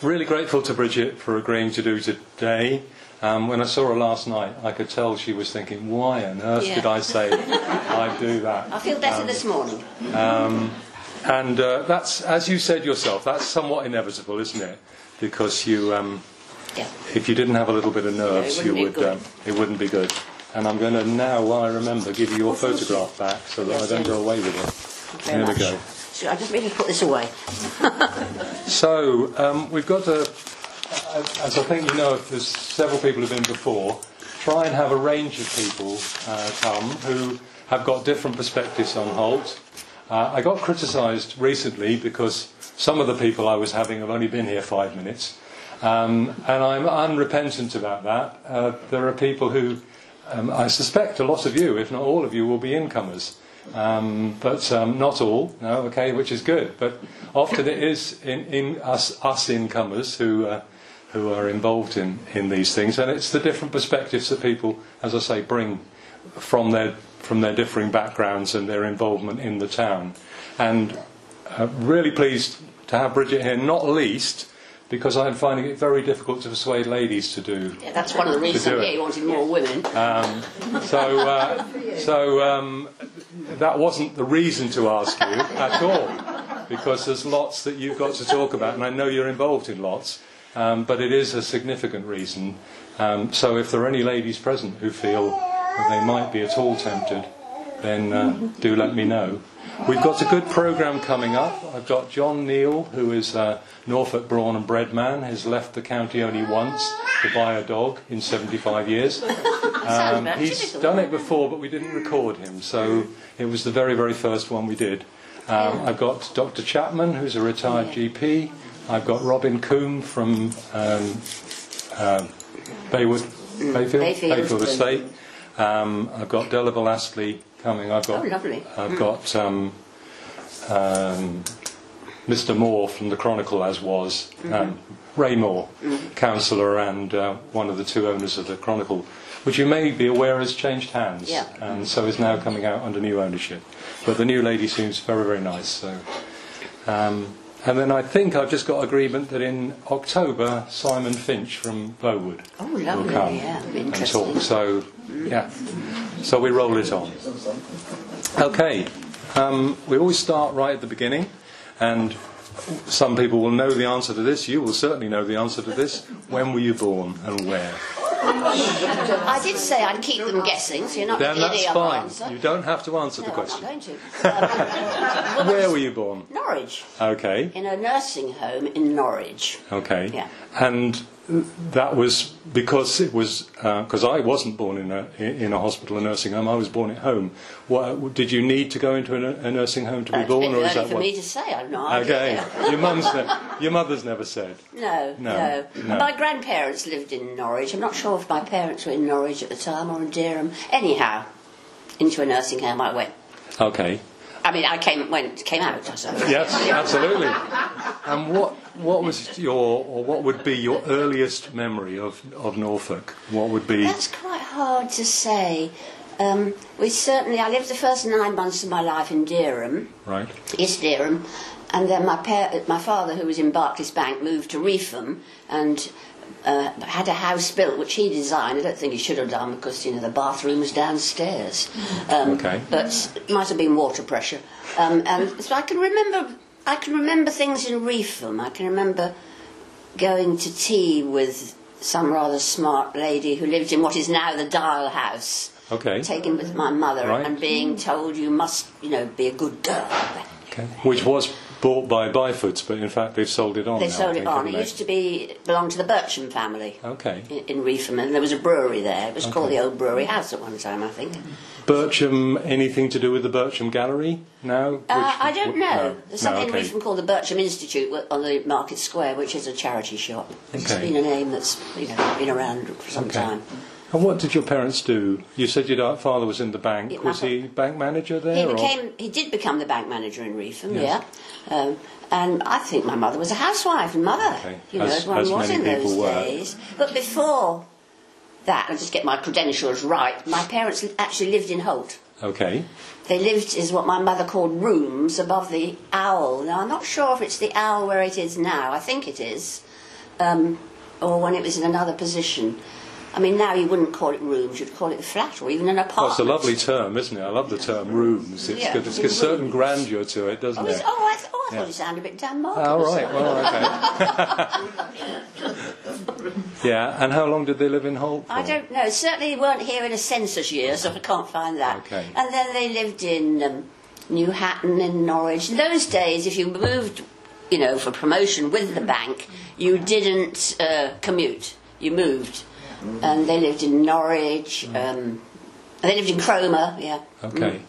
Really grateful to Bridget for agreeing to do today. Um, when I saw her last night, I could tell she was thinking, why on earth Yeah. did I say I'd do that? I feel better this morning. And uh, that's, as you said yourself, that's somewhat inevitable, isn't it? Because you, um, Yeah. if you didn't have a little bit of nerves, wouldn't you be would, good. um, it wouldn't be good. And I'm going to now, while I remember, give you your photograph back so that I Yes, don't yes. go away with it. Very Here we much. go. So I just really put this away. So um, we've got to, as I think you know, if there's several people who've been before, try and have a range of people uh, come who have got different perspectives on Holt. Uh, I got criticised recently because some of the people I was having have only been here five minutes, um, and I'm unrepentant about that. Uh, there are people who, um, I suspect, a lot of you, if not all of you, will be incomers. Um, but um, not all, no, okay, which is good. But often it is in, in us, us incomers who, uh, who are involved in, in these things, and it's the different perspectives that people, as I say, bring from their, from their differing backgrounds and their involvement in the town. And uh, really pleased to have Bridget here, not least because I'm finding it very difficult to persuade ladies to do Yeah, that's one of the reasons. do it. Um, Yeah, you wanted more women. So, uh, so um, that wasn't the reason to ask you at all, because there's lots that you've got to talk about, and I know you're involved in lots, um, but it is a significant reason. Um, so, if there are any ladies present who feel that they might be at all tempted, then uh, do let me know. We've got a good programme coming up. I've got John Neal, who is a Norfolk brawn and bread man, has left the county only once to buy a dog in 75 years. Sounds Um, about he's typical. done it before, but we didn't record him, so it was the very, very first one we did. Um, I've got Dr. Chapman, who's a retired GP. I've got Robin Coombe from um, um, Baywood, Bayfield, Mm. Bayfield. Estate. Um, I've got Delibel Astley coming. I've got Oh, lovely. I've got um, um, Mr. Moore from the Chronicle, as was um, Ray Moore, councillor and uh, one of the two owners of the Chronicle, which you may be aware has changed hands Yeah. and so is now coming out under new ownership. But the new lady seems very, very nice. So, um, and then I think I've just got agreement that in October Simon Finch from Bowood Oh, will lovely. come Yeah, and interesting. talk. So, yeah. So we roll it on. Okay. Um, we always start right at the beginning, and some people will know the answer to this. You will certainly know the answer to this. When were you born and where? I did say I'd keep them guessing, so you're not Then getting that's any other fine. answer. You don't have to answer the no, I'm question. not going to. Where were you born? Norwich. Okay. In a nursing home in Norwich. Okay. Yeah. And that was because it was because I wasn't born in a in a hospital or nursing home. I was born at home. What, did you need to go into a, nu- a nursing home to be It's a born, bit or is early that for what? me to say. I've no Okay. idea. your mum's ne- your mother's never said. No, No, no, no. My grandparents lived in Norwich. I'm not sure if my parents were in Norwich at the time or in Durham. Anyhow, into a nursing home I went. Okay. I mean, I came went came out. I suppose. Yes, absolutely. And what what was your or what would be your earliest memory of of Norfolk? What would be? That's quite hard to say. Um, we certainly. I lived the first nine months of my life in Durham, Right. East Durham, and then my par- my father, who was in Barclays Bank, moved to Reefham and. Uh, had a house built which he designed. I don't think he should have done because you know the bathroom was downstairs. Um, Okay. but it might have been water pressure. Um, and so I can remember, I can remember things in Reefham. I can remember going to tea with some rather smart lady who lived in what is now the Dial House. Okay. Taken with my mother Right. and being told you must, you know, be a good girl. Okay. Which was bought by Byfords, but in fact they've sold it on. They now, I sold it think, on. haven't It they? used to be belonged to the Bircham family. Okay. in- In Reefham, and there was a brewery there. It was called Okay. the Old Brewery House at one time, I think. Bircham, anything to do with the Bircham Gallery? No? Which- Uh, I don't w- know. no. There's something no, okay. in Reefham called the Bircham Institute wh- on the Market Square, which is a charity shop. It's Okay. been a name that's you know been around for some Okay. time. And what did your parents do? You said your father was in the bank. Yeah, my was he bank manager there? He or- became he did become the bank manager in Reefham, Yes. yeah. Um, and I think my mother was a housewife and mother, Okay. you know, As- as, one as was many in those people were. days. But before that, I'll just get my credentials right. My parents li- actually lived in Holt. Okay. They lived is what my mother called rooms above the owl. Now I'm not sure if it's the owl where it is now. I think it is, um, or when it was in another position. I mean, now you wouldn't call it rooms, you'd call it a flat or even an apartment. Well, it's a lovely term, isn't it? I love the term rooms. It's Yeah. good. It's got a certain grandeur to it, doesn't Oh, it's, it? oh, I, th- oh, I thought it sounded a bit damn marvelous. All right. Well, okay. yeah. And how long did they live in Holt? I for? don't know. Certainly they weren't here in a census year, so I can't find that. Okay. And then they lived in um, New Hatton in Norwich. In those days, if you moved, you know, for promotion with the bank, you didn't uh, commute. You moved. Mm. And they lived in Norwich. Um, they lived in Cromer, yeah. Okay.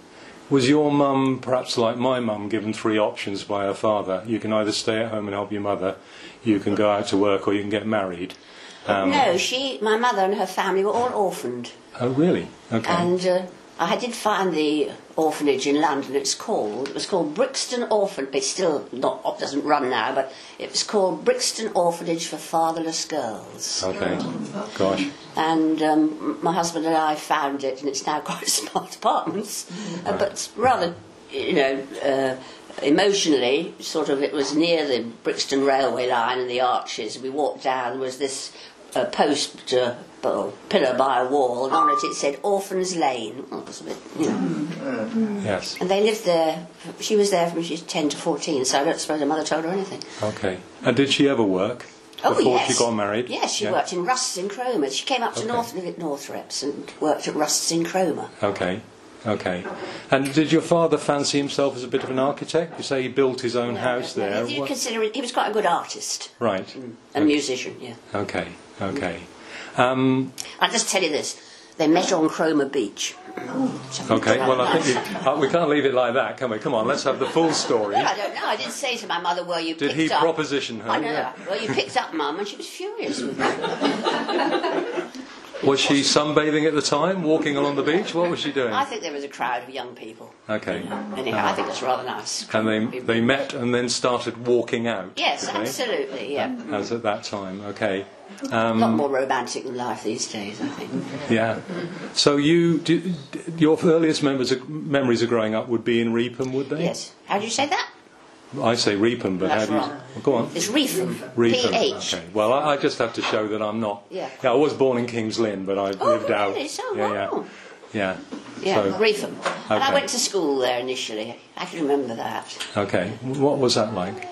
Was your mum perhaps like my mum, given three options by her father? You can either stay at home and help your mother, you can go out to work, or you can get married. Um, Mm. No, she, my mother and her family were all orphaned. Oh, really? Okay. And uh, I did find the orphanage in London. It's called. It was called Brixton Orphan. It's still not op- doesn't run now, but it was called Brixton Orphanage for Fatherless Girls. okay. Gosh. And um, my husband and I found it, and it's now quite smart apartments, uh, but rather, you know. Uh, Emotionally, sort of, it was near the Brixton railway line and the arches. We walked down. There was this uh, post uh, or pillar by a wall, and on it it said "Orphans Lane." Well, it was a bit, you know. Hmm. Yes. And they lived there. She was there from she was 10 to 14, so I don't suppose her mother told her anything. Okay. And did she ever work Oh, before yes. she got married? Yes, she Yeah? worked in Rusts in Cromer. She came up to Okay. North, Northreps and worked at Rusts in Cromer. Okay. Okay. And did your father fancy himself as a bit of an architect? You say he built his own house No, there. If you What- consider it, he was quite a good artist, Right. a musician, yeah. Okay. Okay. Um, I'll just tell you this they met on Cromer Beach. Something Oh, okay. like Well, I that. think you, uh, we can't leave it like that, can we? Come on, let's have the full story. Well, I don't know. I did say to my mother, "Well, you Did picked he up." proposition her? I know. Yeah. Well, you picked up, Mum, and she was furious with me. Was she sunbathing at the time, walking along the beach? What was she doing? I think there was a crowd of young people. Okay. Anyhow, I think it's rather nice. And they they met and then started walking out. Yes, did they? absolutely. Yeah, As at that time. Okay. a Um, lot more romantic than life these days, I think. Yeah. So you, do, d- your earliest members of, memories of growing up would be in Reepham, would they? Yes. How do you say that? I say Reepham, but how That's do you? wrong. Well, go on. It's Reefham. Reepham. PH. Okay. Well, I, I just have to show that I'm not. Yeah. I was born in Kings Lynn, but I Oh, lived out. really? So yeah, wow. yeah. Yeah, So- Reefham. And I Okay. went to school there initially. I can remember that. Okay. What was that like?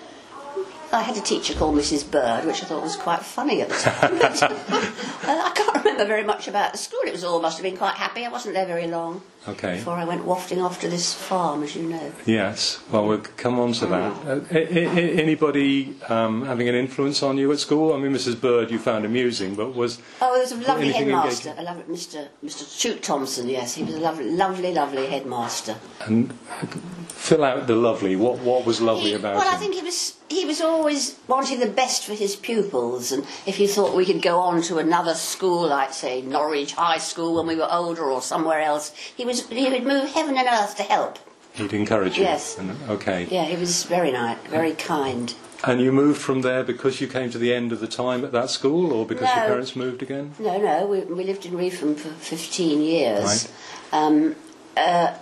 I had a teacher called Mrs. Bird, which I thought was quite funny at the time. But, uh, I can't remember very much about the school. It was all must have been quite happy. I wasn't there very long Okay. before I went wafting off to this farm, as you know. Yes. Well, we'll come on to that. Mm. Uh, a- a- a- anybody um, having an influence on you at school? I mean, Mrs. Bird, you found amusing, but was Oh, there was a lovely Anything headmaster. I love Mr. Mr. Toot Thompson. Yes, he was a lovely, lovely, lovely headmaster. and fill out the lovely. What what was lovely He- about well, him? I think he was he was always wanting the best for his pupils, and if he thought we could go on to another school, like say Norwich High School when we were older, or somewhere else, he was he would move heaven and earth to help. He'd encourage you. Yes. And- okay. Yeah, he was very nice, very kind. And you moved from there because you came to the end of the time at that school, or because your No. parents moved again? No, no, we, we lived in Reefham for 15 years. Right. Um, uh,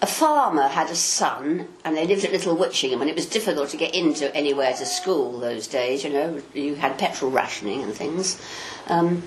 a farmer had a son, and they lived at Little Witchingham, and it was difficult to get into anywhere to school those days, you know, you had petrol rationing and things. Um,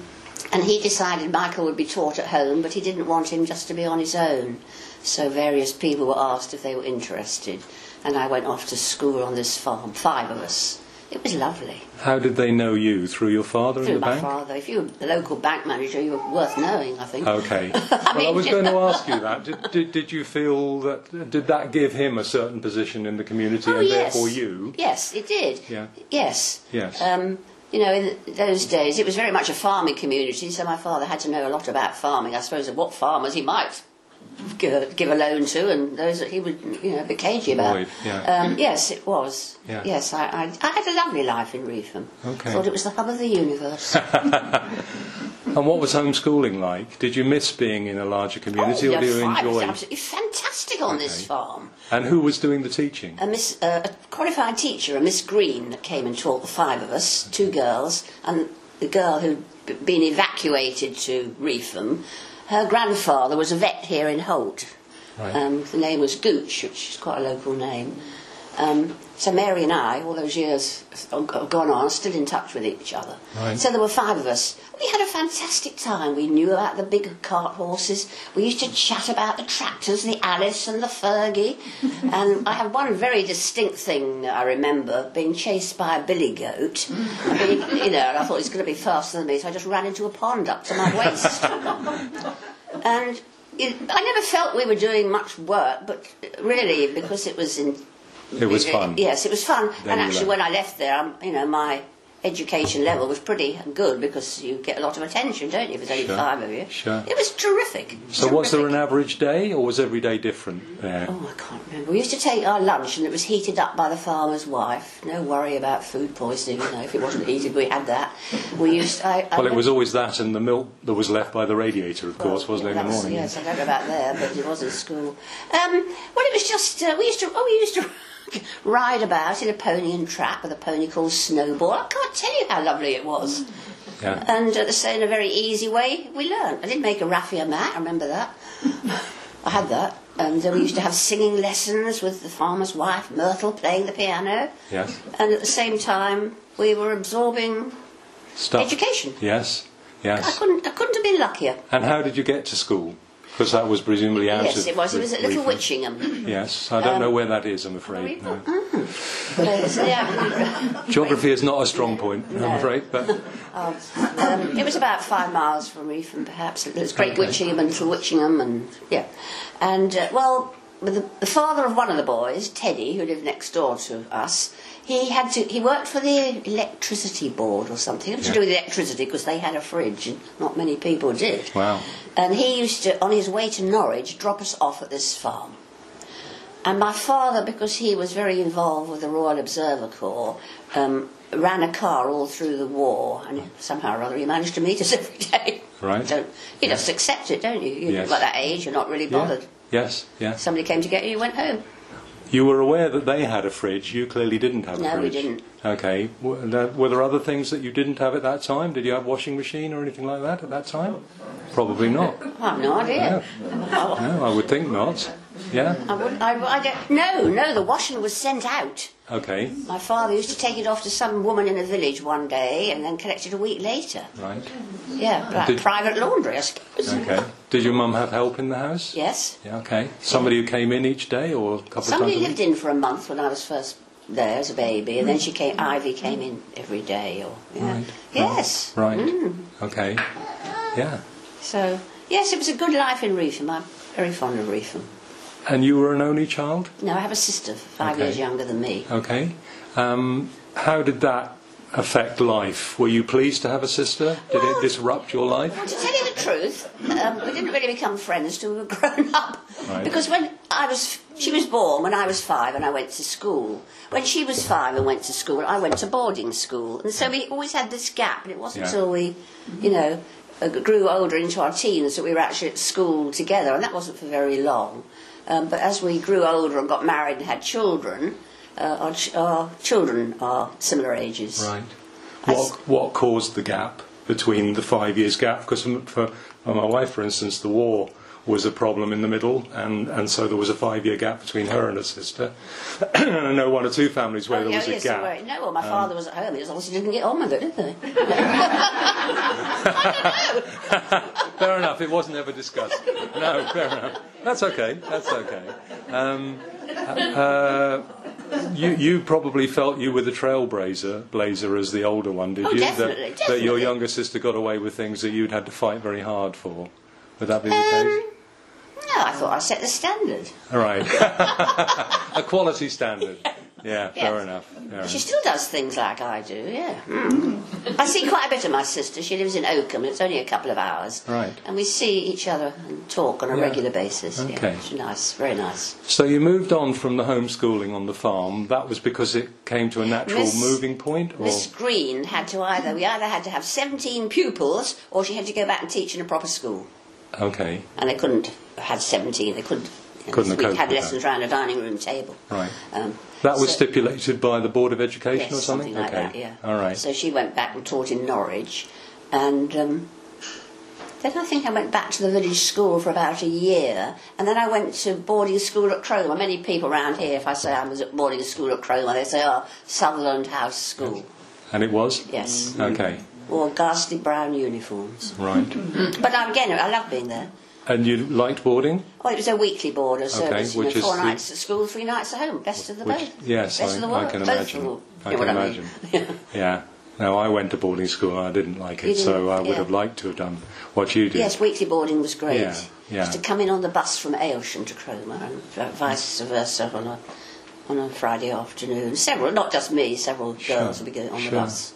and he decided Michael would be taught at home, but he didn't want him just to be on his own. So various people were asked if they were interested, and I went off to school on this farm, five of us. It was lovely How did they know you through your father in through the my bank? father. If you were the local bank manager, you were worth knowing, I think. Okay. well, I mean- was going to ask you that. Did, did, did you feel that? Did that give him a certain position in the community, Oh, and yes. therefore you? Yes, it did. Yeah. Yes. Yes. Um, you know, in those days, it was very much a farming community, so my father had to know a lot about farming. I suppose of what farmers he might g- give a loan to, and those that he would, you know, be cagey about. Avoid, yeah. Um, yes, it was. Yeah. Yes, I, I, I had a lovely life in Reefham. Okay. Thought it was the hub of the universe. And what was homeschooling like? Did you miss being in a larger community, or yeah, do you fine, It Oh, was enjoy? absolutely fantastic on this Okay. farm. And who was doing the teaching? a miss, uh, a qualified teacher, a Miss Green, that came and taught the five of us, two girls, and the girl who'd b- been evacuated to Reefham. Her grandfather was a vet here in Holt. Right. Um, the name was Gooch, which is quite a local name. Um, so Mary and I, all those years have gone on, are still in touch with each other. Right. So there were five of us. We had a fantastic time. We knew about the big cart horses. We used to chat about the tractors, the Alice and the Fergie. and I have one very distinct thing that I remember being chased by a billy goat. I mean, you know, and I thought he's going to be faster than me, so I just ran into a pond up to my waist and it, I never felt we were doing much work, but really because it was in. It was fun. Yes, it was fun. Then and you actually, left. when I left there, um, you know, my education level was pretty good because you get a lot of attention, don't you? If there's only Sure, five of you. sure. It was terrific. So was there terrific. an average day, or was every day different there? Oh, I can't remember. We used to take our lunch and it was heated up by the farmer's wife. No worry about food poisoning, you know, if it wasn't heated, we had that. We used. I, I Well, it remember- was always that and the milk that was left by the radiator, of course, wasn't it, in the That's- morning? Yes, I don't know about there, but it was in school. Um, well, it was just uh, we used to oh, we used to ride about in a pony and trap with a pony called Snowball. I can't tell you how lovely it was. Yeah. And uh, so, in a very easy way, we learned. I did make a raffia mat. I remember that. I had that. And uh, we used to have singing lessons with the farmer's wife, Myrtle, playing the piano. Yes. And at the same time, we were absorbing. Stuff. Education. Yes. I Yes. couldn't. I couldn't have been luckier. And how did you get to school? Because that was presumably out Yes, of it was. It was at Little Wickham. Witchingham. Yes, I Um, don't know where that is. I'm afraid. No. But, so, yeah, Geography is not a strong point. uh, No. I'm afraid, but Um, it was about five miles from Reefham, perhaps. It was Great Witchingham and Little Witchingham, and yeah. And uh, well, the, the father of one of the boys, Teddy, who lived next door to us, he had to. He worked for the electricity board or something. It was to do with electricity because they had a fridge, and not many people did. Wow. And he used to, on his way to Norwich, drop us off at this farm. And my father, because he was very involved with the Royal Observer Corps, um, ran a car all through the war, and somehow or other he managed to meet us every day. Right. Don't, you just accept it, don't you? you Yes. At that age, you're not really yeah. bothered. yes, yes. Somebody came to get you, you went home. You were aware that they had a fridge. You clearly didn't have a No, we fridge. didn't. Okay. W- and, uh, Were there other things that you didn't have at that time? Did you have washing machine or anything like that at that time? Probably not. I have no idea. I, No, I would think not. Yeah. I would, I, I don't, no, no, the washing was sent out. Okay. My father used to take it off to some woman in a village one day and then collect it a week later. Right. Yeah, like Did- private laundry, I suppose. Okay. Did your mum have help in the house? Yes. Yeah, okay. Somebody who came in each day or a couple Somebody of times? lived in for a month when I was first there as a baby, and then she came. Ivy came in every day, or yeah. Mm. Right, yes, Mm. a week? Right. Okay. Yeah. So yes, it was a good life in Reefham. I'm very fond of Reefham. And you were an only child? No, I have a sister five Okay. years younger than me. Okay. Um, how did that affect life? Were you pleased to have a sister? Did Well- it disrupt your life? Well, to tell you the truth, um, we didn't really become friends till we were grown up. Right. Because when I was, she was born when I was five, and I went to school. When she was five and went to school, I went to boarding school, and so we always had this gap. And it wasn't Yeah. till we, you know, uh, grew older into our teens that we were actually at school together, and that wasn't for very long. Um, but as we grew older and got married and had children, uh, our, ch- our children are similar ages. Right. I What, s- what caused the gap between the five years gap? Because for, for my wife, for instance, the war was a problem in the middle, and, and so there was a five year gap between her and her sister. I know one or two families where Oh, there yeah, was yes, a they gap. Um, were. No, well, my father was at home. He just obviously didn't get on with it, did they? Fair enough. It wasn't ever discussed. No, fair enough. That's okay. That's okay. Um, uh, you, you probably felt you were the trailblazer blazer as the older one, did Oh, you? definitely, that, that your definitely. younger sister got away with things that you'd had to fight very hard for. Would that be the Um, case? no, I thought I set the standard. All right. A quality standard. Yeah, fair Yes. enough. Fair She enough. still does things like I do, yeah. Hmm. Mm. I see quite a bit of my sister. She lives in Oakham. It's only a couple of hours. Right. And we see each other and talk on a Yeah. regular basis. Okay. Yeah. She's nice, very nice. So you moved on from the homeschooling on the farm. That was because it came to a natural Miss- moving point? Or? Miss Green had to either, we either had to have 17 pupils or she had to go back and teach in a proper school. Okay. and they couldn't have 17. They couldn't. you know, Couldn't have we coped had with lessons round a dining room table. Right. Um, That was so- stipulated by the Board of Education yes, or something? like okay. that. Yeah. All right. So she went back and taught in Norwich, and um, Then I think I went back to the village school for about a year, and then I went to boarding school at Crowell. Many people round here, if I say I was at boarding school at Crowell, they say, oh, Sutherland House School. And it was? Mm-hmm. Yes. Mm-hmm. Okay, Wore ghastly brown uniforms. right. But I- again, I love being there. And you liked boarding? Well, it was a weekly boarder service, you know, which is four the- nights at school, three nights at home, best of the Which- both. yes, best I- of the I world, can both imagine. world. I You know can what mean? Yeah. No, I went to boarding school and I didn't like You it, didn't- so I would yeah. have liked to have done what you did. Yes, weekly boarding was great. Yeah, yeah. Used to come in on the bus from Aylsham to Cromer and uh, vice versa on a on a Friday afternoon. Several, not just me, several girls would be going on sure. the bus.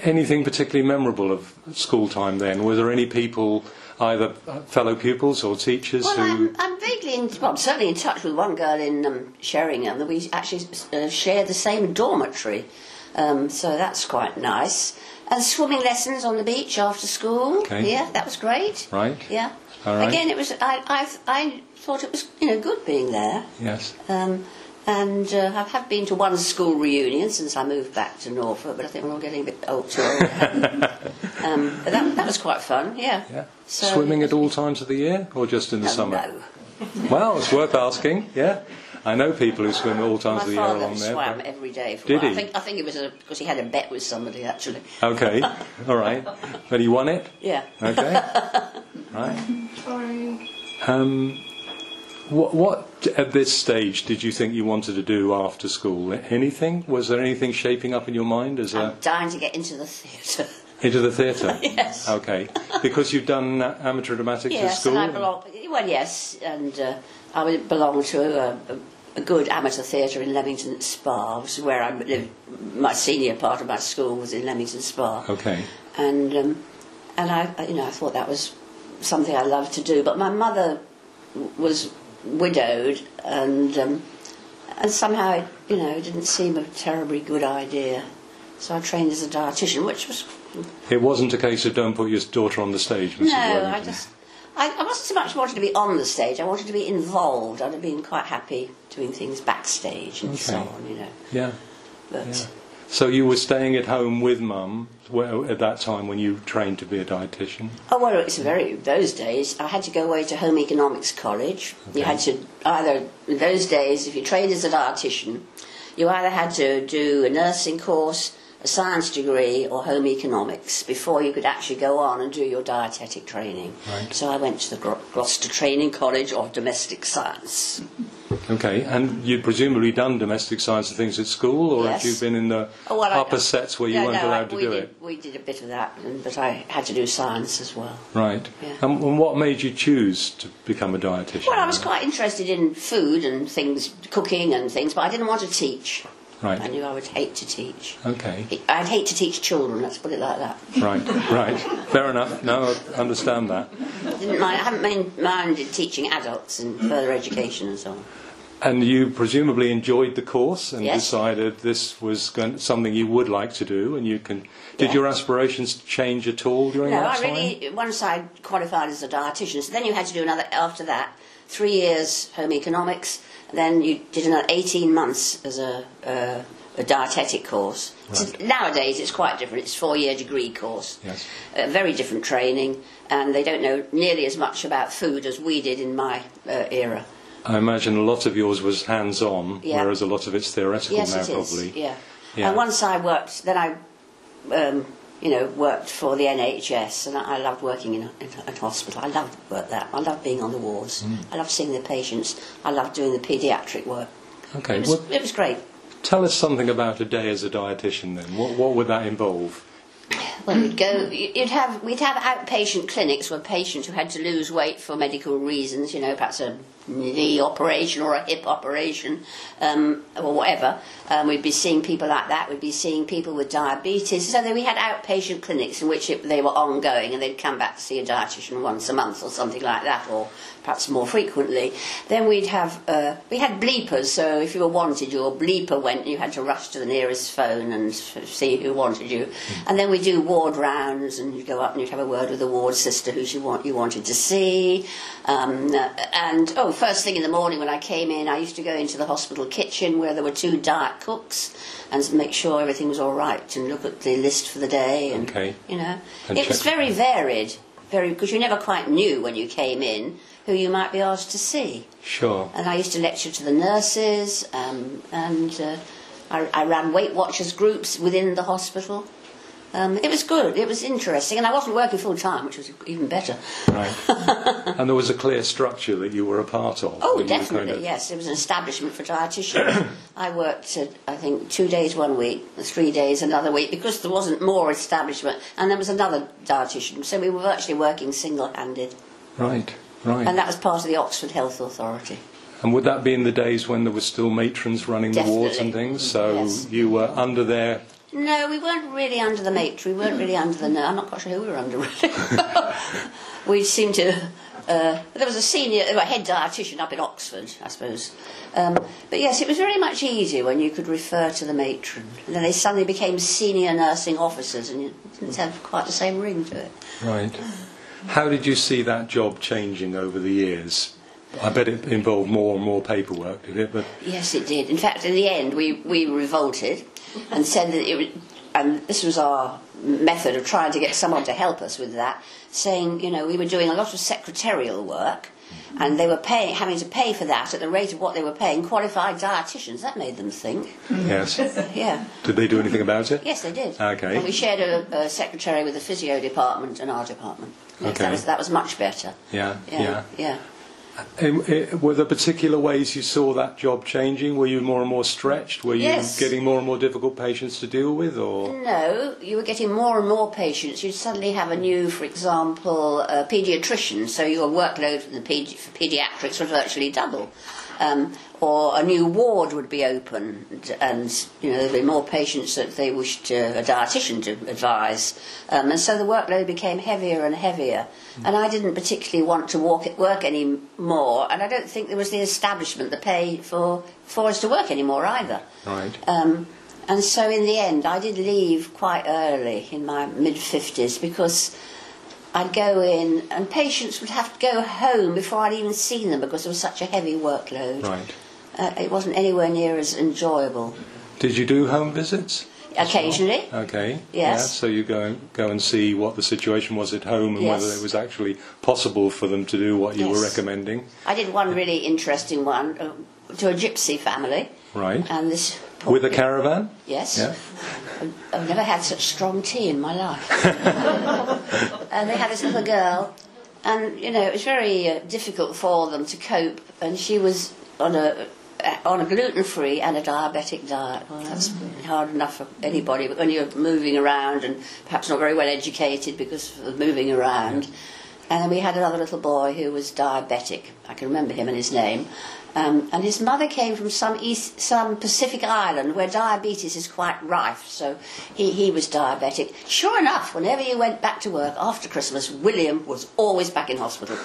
Anything particularly memorable of school time then? Were there any people, either uh, fellow pupils or teachers, Well, um, who. I'm, I'm vaguely in, well, I'm certainly in touch with one girl in um, Sheringham that we actually uh, share the same dormitory, um, so that's quite nice. And swimming lessons on the beach after school. Okay. Yeah, that was great. Right. Yeah. All right. Again, it was. I, I, I thought it was you know good being there. Yes. Um, and uh, I have been to one school reunion since I moved back to Norfolk, but I think we're all getting a bit old. Too old. um, but that, that was quite fun, yeah. Yeah. So- Swimming at all times of the year or just in the No, summer? no. Well, it's worth asking, yeah. I know people who swim at all times My of the year father along there. swam but- every day for Did a while. he? I think, I think it was because he had a bet with somebody, actually. Okay, all right. But he won it? Yeah. Okay. right. Um, what, what at this stage did you think you wanted to do after school? Anything? Was there anything shaping up in your mind as a I'm dying to get into the theatre. into the theatre? Yes. Okay. Because you've done uh, amateur dramatics at yes, school. and I belong. Well, yes, and uh, I would belong to a, a, a good amateur theatre in Leamington at Spa, which is where I lived. My senior part of my school was in Leamington Spa. Okay. and um, and I, I- you know, I thought that was something I loved to do. But my mother w- was widowed, and um, and somehow it, you know, it didn't seem a terribly good idea. So I trained as a dietitian, which was It wasn't a case of don't put your daughter on the stage, Mrs. no, I Worthington. just. I, I wasn't so much wanting to be on the stage. I wanted to be involved. I'd have been quite happy doing things backstage and so Okay. on, you know. Yeah. But Yeah. So you were staying at home with mum well, at that time when you trained to be a dietitian. Oh well, it's very those days. I had to go away to home economics college. You had to either in those days, if you trained as a dietitian, you either had to do a nursing course, a science degree, or home economics before you could actually go on and do your dietetic training. Right. So I went to the Gro- Gloucester Training College of Domestic Science. Okay, and you'd presumably done domestic science and things at school, or Yes. have you been in the Oh, well, I- upper sets where you No, weren't no, I- allowed to we do did, it? We did a bit of that, and- but I had to do science as well. Right. Yeah. And, and what made you choose to become a dietitian? Well, I was quite interested in food and things, cooking and things, but I didn't want to teach. Right. I knew I would hate to teach. Okay. I'd hate to teach children, let's put it like that. Right, right. Fair enough. No, I understand that. Didn't mind, I haven't mind, minded teaching adults in further education and so on. And you presumably enjoyed the course and Yes. decided this was going, something you would like to do, and you can. Did Yeah. your aspirations change at all during No, that I time? really, once I qualified as a dietitian, so then you had to do another, after that, three years home economics, then you did another 18 months as a, uh, a dietetic course. So nowadays it's quite different, it's a four year degree course. Yes. Uh, very different training, and they don't know nearly as much about food as we did in my uh, era. I imagine a lot of yours was hands-on, Yeah. whereas a lot of it's theoretical Yes, now, it is. probably. Yeah. Yeah. And once I worked, then I, um, you know, worked for the NHS, and I, I loved working in a, in a hospital. I loved work that. I loved being on the wards. Mm. I loved seeing the patients. I loved doing the paediatric work. Okay. It was, well, it was great. Tell us something about a day as a dietitian then. What, what would that involve? Well, we'd go. You'd have we'd have outpatient clinics where patients who had to lose weight for medical reasons, you know, perhaps a knee operation or a hip operation um, or whatever. Um, we'd be seeing people like that. We'd be seeing people with diabetes. So then we had outpatient clinics in which it, they were ongoing, and they'd come back to see a dietitian once a month or something like that, or perhaps more frequently. Then we'd have uh, we had bleepers. So if you were wanted, your bleeper went, and you had to rush to the nearest phone and f- see who wanted you. Hmm. And then we do ward rounds, and you go up and you'd have a word with the ward sister who you want you wanted to see. Um, uh, and oh, first thing in the morning when I came in, I used to go into the hospital kitchen where there were two diet cooks and make sure everything was all right and look at the list for the day and Okay. you know And it was check- very varied. very because you never quite knew when you came in who you might be asked to see. Sure. And I used to lecture to the nurses, um, and uh, I, I ran Weight Watchers groups within the hospital. Um, it was good. It was interesting, and I wasn't working full time, which was even better. Right. and there was a clear structure that you were a part of. Oh, when you were definitely, kind of- yes. It was an establishment for dietitians. I worked, uh, I think, two days one week, three days another week, because there wasn't more establishment, and there was another dietitian. So we were virtually working single handed, Right, right. and that was part of the Oxford Health Authority. And would that be in the days when there were still matrons running the wards and Definitely. things? So Yes. you were under their No, we weren't really under the matron. We weren't really under the. No, I'm not quite sure who we were under. Really, we seemed to. Uh, there was a senior, well, head dietitian up in Oxford, I suppose. Um, but yes, it was very much easier when you could refer to the matron. And then they suddenly became senior nursing officers, and it didn't have quite the same ring to it. right. How did you see that job changing over the years? I bet it involved more and more paperwork, did it? But Yes, it did. In fact, in the end, we, we revolted and said that it would, and this was our method of trying to get someone to help us with that, saying, you know, we were doing a lot of secretarial work and they were paying, having to pay for that at the rate of what they were paying qualified dietitians. That made them think. yes, Yeah. did they do anything about it? Yes, they did. Okay. And we shared a, a secretary with the physio department and our department. Yes, Okay. That was, that was much better. Yeah, Yeah. yeah. yeah. Um, eh, were there particular ways you saw that job changing? Were you more and more stretched? Were you Yes. Mm. getting more and more difficult patients to deal with, or No, you were getting more and more patients. You'd suddenly have a new, for example, uh, paediatrician, so your workload for, the pedi- for paediatrics would virtually double. Um, or a new ward would be opened, and you know there'd be more patients that they wished uh, a dietitian to advise, um, and so the workload became heavier and heavier. And I didn't particularly want to walk at work any more, and I don't think there was the establishment, the pay for for us to work anymore either. right? Um, and so in the end, I did leave quite early in my mid 50s because I'd go in and patients would have to go home before I'd even seen them because there was such a heavy workload. Right. Uh, it wasn't anywhere near as enjoyable. Did you do home visits? Occasionally, Okay. Yeah. Yes. So you go and go and see what the situation was at home and whether Yes. it was actually possible for them to do what you were Yes. recommending. I did one really interesting one uh, to a gypsy family. Right. And this poor With a kid- caravan? Yes. Yeah. I've never had such strong tea in my life. and they had this little girl, and you know it was very uh, difficult for them to cope. And she was on a uh, on a gluten free and a diabetic diet. Well, that's hard enough for anybody, but when you're moving around and perhaps not very well educated because of moving around. And then we had another little boy who was diabetic. I can remember him and his name. Um, and his mother came from some east, some Pacific island where diabetes is quite rife, so he, he was diabetic. Sure enough, whenever he went back to work after Christmas, William was always back in hospital.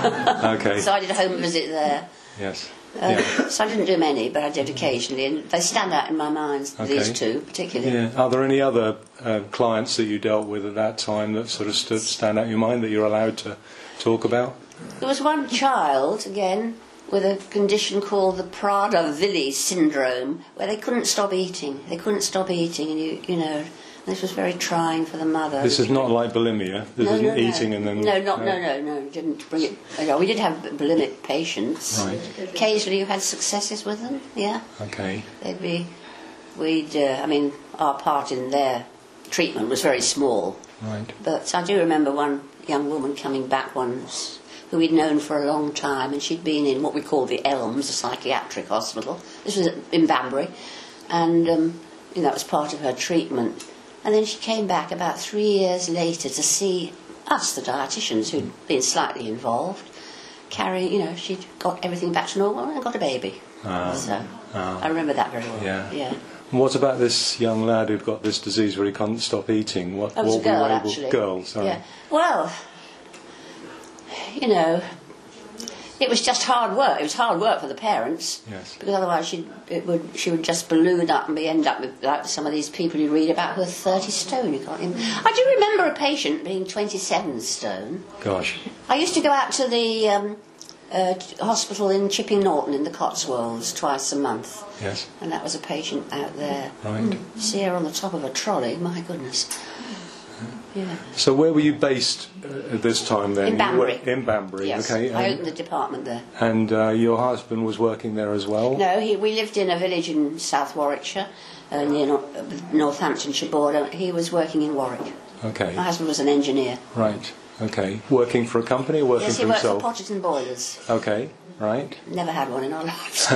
Okay. So I did a home visit there. yes. Um, yeah. So I didn't do many, but I did occasionally, and they stand out in my mind, these Okay. two particularly. Yeah. Are there any other uh, clients that you dealt with at that time that sort of stood, stand out in your mind that you're allowed to talk about? There was one child, again, with a condition called the Prader-Willi syndrome, where they couldn't stop eating. They couldn't stop eating, and you, you know, this was very trying for the mother. This is not like bulimia. This no, isn't no, no. eating and then. No, not, no, no, no, didn't bring it. oh, no, we did have bulimic patients. Right. Occasionally you had successes with them, yeah. Okay. They'd be, we'd, uh, I mean, our part in their treatment was very small. Right. But I do remember one young woman coming back once who we'd known for a long time, and she'd been in what we call the Elms, a psychiatric hospital. This was in Banbury, and um, you know, that was part of her treatment. And then she came back about three years later to see us, the dietitians, who'd been slightly involved, carrying, you know, she'd got everything back to normal and got a baby. Ah, so ah. I remember that very well. Yeah. yeah. And What about this young lad who'd got this disease where he couldn't stop eating? What, I was what a girl, were you able, actually. Girl, sorry. Yeah. Well, you know, it was just hard work. It was hard work for the parents. Yes. Because otherwise, she it would she would just balloon up and be end up with like some of these people you read about who are thirty stone. You can't. Even, I do remember a patient being twenty seven stone. Gosh. I used to go out to the um, uh, hospital in Chipping Norton in the Cotswolds twice a month, Yes. and that was a patient out there. Mm. Right. See her on the top of a trolley. My goodness. Yeah. So where were you based uh, at this time then? In You were- Banbury. in Banbury, Yes. okay. um, I And, opened the department there. and uh, your husband was working there as well? No, he, we lived in a village in South Warwickshire, uh, near Nor- uh, Northamptonshire border. He was working in Warwick. Okay, My husband was an engineer. right, okay. Working for a company or working Yes, he for worked for himself? Potterton Boilers. okay, right. Never had one in our lives.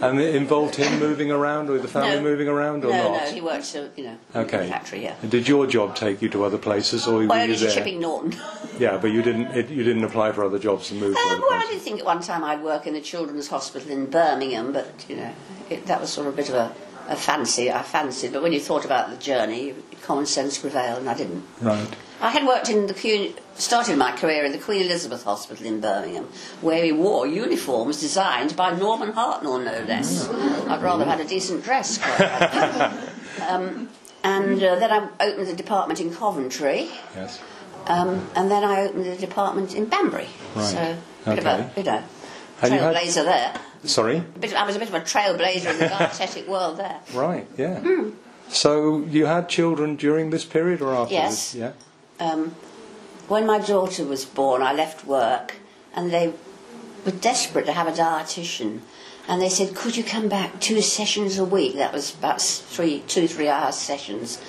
And it involved him moving around or the family No. moving around or no, not? no, he worked, uh, you know, in Okay. the factory here. And Did your job take you to other places, or Well, were you only to there? Chipping Norton. Yeah, but you didn't. It, you didn't apply for other jobs and move to Uh, other well, I places. did think at one time I'd work in the children's hospital in Birmingham, but you know, it, that was sort of a bit of a, a fancy I fancied. But when you thought about the journey, common sense prevailed, and I didn't. Right. I had worked in the Queen, started my career in the Queen Elizabeth Hospital in Birmingham, where we wore uniforms designed by Norman Hartnell, no less. I'd rather had a decent dress. quite frankly. um, and uh, then I opened the department in Coventry. Yes. Um, and then I opened a department in Banbury. Right. So, a bit of Okay. a, you know, And you had- trailblazer there. Sorry. A bit of- I was a bit of a trailblazer in the dietetic world there. Right. Yeah. Hmm. So you had children during this period or after? Yes. This? Yeah. Um, when my daughter was born, I left work and they were desperate to have a dietitian. And they said, could you come back two sessions a week? That was about s- three, two, three hour sessions,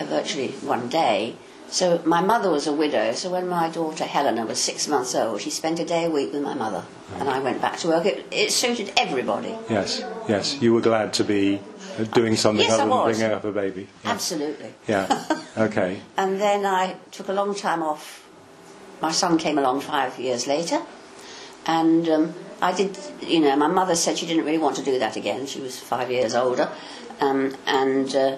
uh, virtually one day. So my mother was a widow, so when my daughter Helena was six months old, she spent a day a week with my mother. And I went back to work. It, it suited everybody. Yes. Yes. You were glad to be uh, doing something Yes, other I than was. bringing up a baby. Yeah. Absolutely. yeah. Okay. And then I took a long time off. My son came along five years later, and um, I did. You know, my mother said she didn't really want to do that again. She was five years older, um, and uh,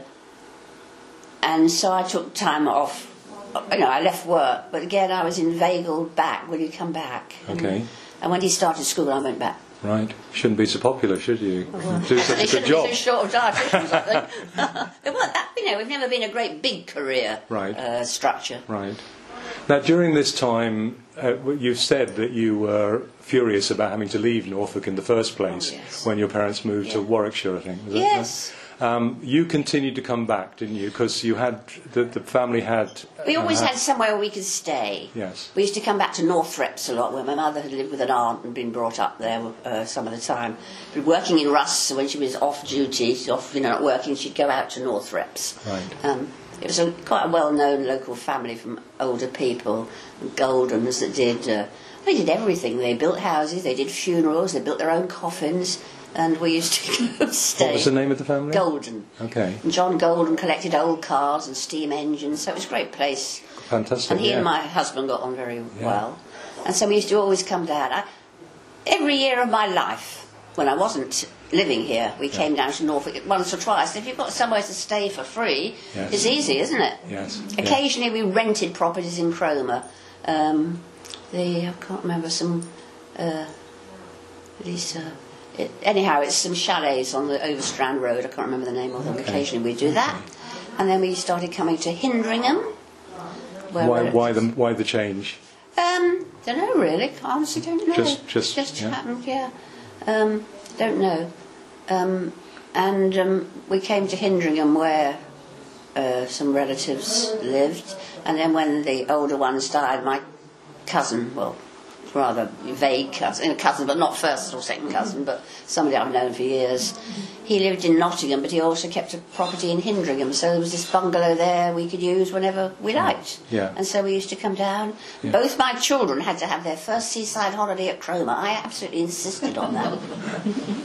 and so I took time off. You know, I left work, but again I was inveigled back. Will you come back? Okay. And when he started school, I went back. Right. Shouldn't be so popular, should you? Do such They a good shouldn't job. be so short of dietitians, I think. They weren't that, you know, we've never been a great big career Right. uh, structure. Right. Now, during this time, uh, w- you've said that you were furious about having to leave Norfolk in the first place Oh, yes. when your parents moved to Yeah. Warwickshire, I think. Was that- Yes. Um, you continued to come back, didn't you? Because you had the, the family had. We always uh, had somewhere we could stay. Yes. We used to come back to North Reps a lot, where my mother had lived with an aunt and been brought up there uh, some of the time. But working in Russ, so when she was off duty, she's off, you know, not working, she'd go out to North Reps. Right. Um, it was a, quite a well-known local family from older people, Goldens that did. Uh, they did everything. They built houses, they did funerals, they built their own coffins, and we used to go stay. What was the name of the family? Golden. Okay. And John Golden collected old cars and steam engines, so it was a great place. Fantastic. And he yeah. and my husband got on very well. And so we used to always come down. I, every year of my life, when I wasn't living here, we came down to Norfolk once or twice. If you've got somewhere to stay for free, Yes. it's easy, isn't it? Yes, yeah. Occasionally we rented properties in Cromer. Um, the, I can't remember, some. Uh, Lisa. It, anyhow, it's some chalets on the Overstrand Road. I can't remember the name of them. Occasionally we do that, and then we started coming to Hindringham. Where Why, we're- why, the, why the change? Um, don't know really. I honestly don't know. Just- just- just yeah. happened. Yeah. Um, don't know. Um, and um, we came to Hindringham where uh, some relatives lived, and then when the older ones died, my cousin, well, rather vague cousin, a cousin, but not first or second cousin, but somebody I've known for years. He lived in Nottingham, but he also kept a property in Hindringham, so there was this bungalow there we could use whenever we liked. Mm. Yeah. And so we used to come down. Yeah. Both my children had to have their first seaside holiday at Cromer. I absolutely insisted on that.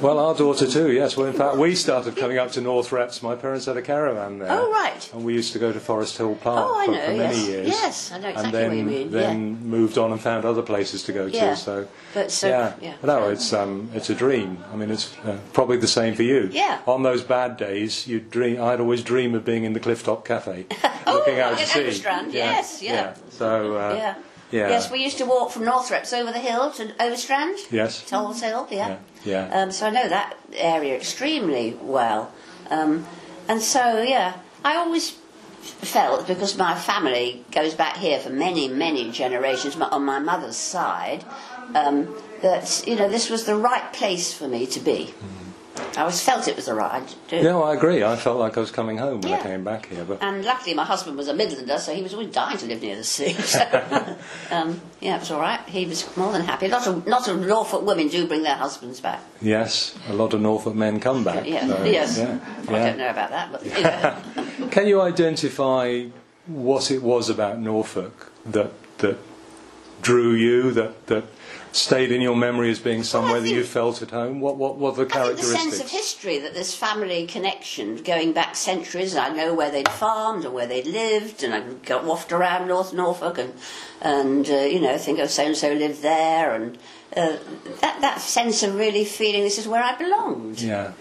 Well, our daughter too, yes. Well, in fact, we started coming up to North Reps. My parents had a caravan there. Oh, right. And we used to go to Forest Hill Park Oh, I for, know, for many yes. years. Yes, I know And exactly then, what you mean, then moved on and found other places to go Yeah. to. So, But so- yeah. yeah. No, it's, um, it's a dream. I mean, it's uh, probably the same for you. Yeah. On those bad days, you dream. I'd always dream of being in the Clifftop Cafe, looking out Oh, in to sea. Overstrand, Yeah, yes, yeah. So, uh, Yeah. yeah. Yes, we used to walk from North Reps over the hill to Overstrand. Yes. Tolls Hill, yeah. Yeah, yeah. Um, so I know that area extremely well. Um, and so, yeah, I always felt because my family goes back here for many, many generations my- on my mother's side, um, that, you know, this was the right place for me to be. I always felt it was the right. I do. No, I agree. I felt like I was coming home when I Yeah. came back here, but And luckily, my husband was a Midlander, so he was always dying to live near the sea. So, um, yeah, it was all right. He was more than happy. A lot of, lot of Norfolk women do bring their husbands back. yes, a lot of Norfolk men come back. Yeah, so, yes. yeah, I yeah. don't know about that, but you know. Can you identify what it was about Norfolk that that drew you, that that stayed in your memory as being somewhere that you think- felt at home? What what were the I think the characteristics? sense of history that this family connection going back centuries, and I know where they'd farmed and where they'd lived, and I got wafted around North Norfolk and, and uh, you know, think, oh, so and so lived there, and uh, that, that sense of really feeling this is where I belonged. Yeah.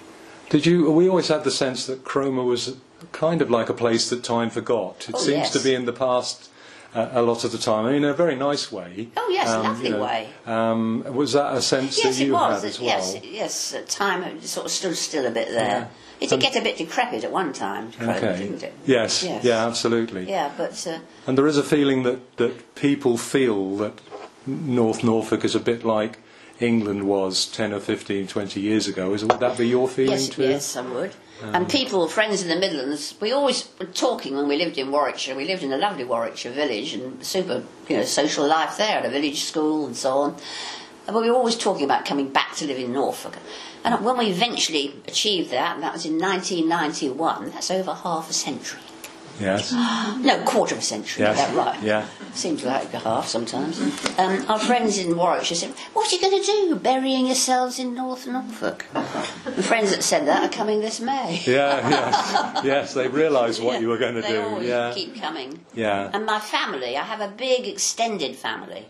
Did you? We always had the sense that Cromer was kind of like a place that time forgot. It Oh, seems yes. to be in the past uh, a lot of the time. I mean, in a very nice way. Oh, yes, lovely way. Um, was that a sense Yes, that it you was. had as well? Yes, yes. At time it sort of stood still a bit there. It did And- get a bit decrepit at one time, Okay. didn't it? Yes. Yes. Yeah. Absolutely. Yeah, but uh, And there is a feeling that, that people feel that North Norfolk is a bit like England was 10 or 15, 20 years ago. Is, would that be your feeling Yes, too? yes, I would. and people, friends in the Midlands, we always were talking when we lived in Warwickshire. We lived in a lovely Warwickshire village and super, you know, social life there at a village school and so on. But we were always talking about coming back to live in Norfolk. And when we eventually achieved that, and that was in 1991, that's over half a century. Yes. No, quarter of a century, Yes. is that right? Yeah. Seems like a half sometimes. Um, our friends in Warwickshire said, What are you going to do, burying yourselves in North Norfolk? the friends that said that are coming this May. Yeah, yes, yes. They realised what Yeah, you were going to They do. always Yeah, keep Um, coming. yeah, And my family, I have a big extended family.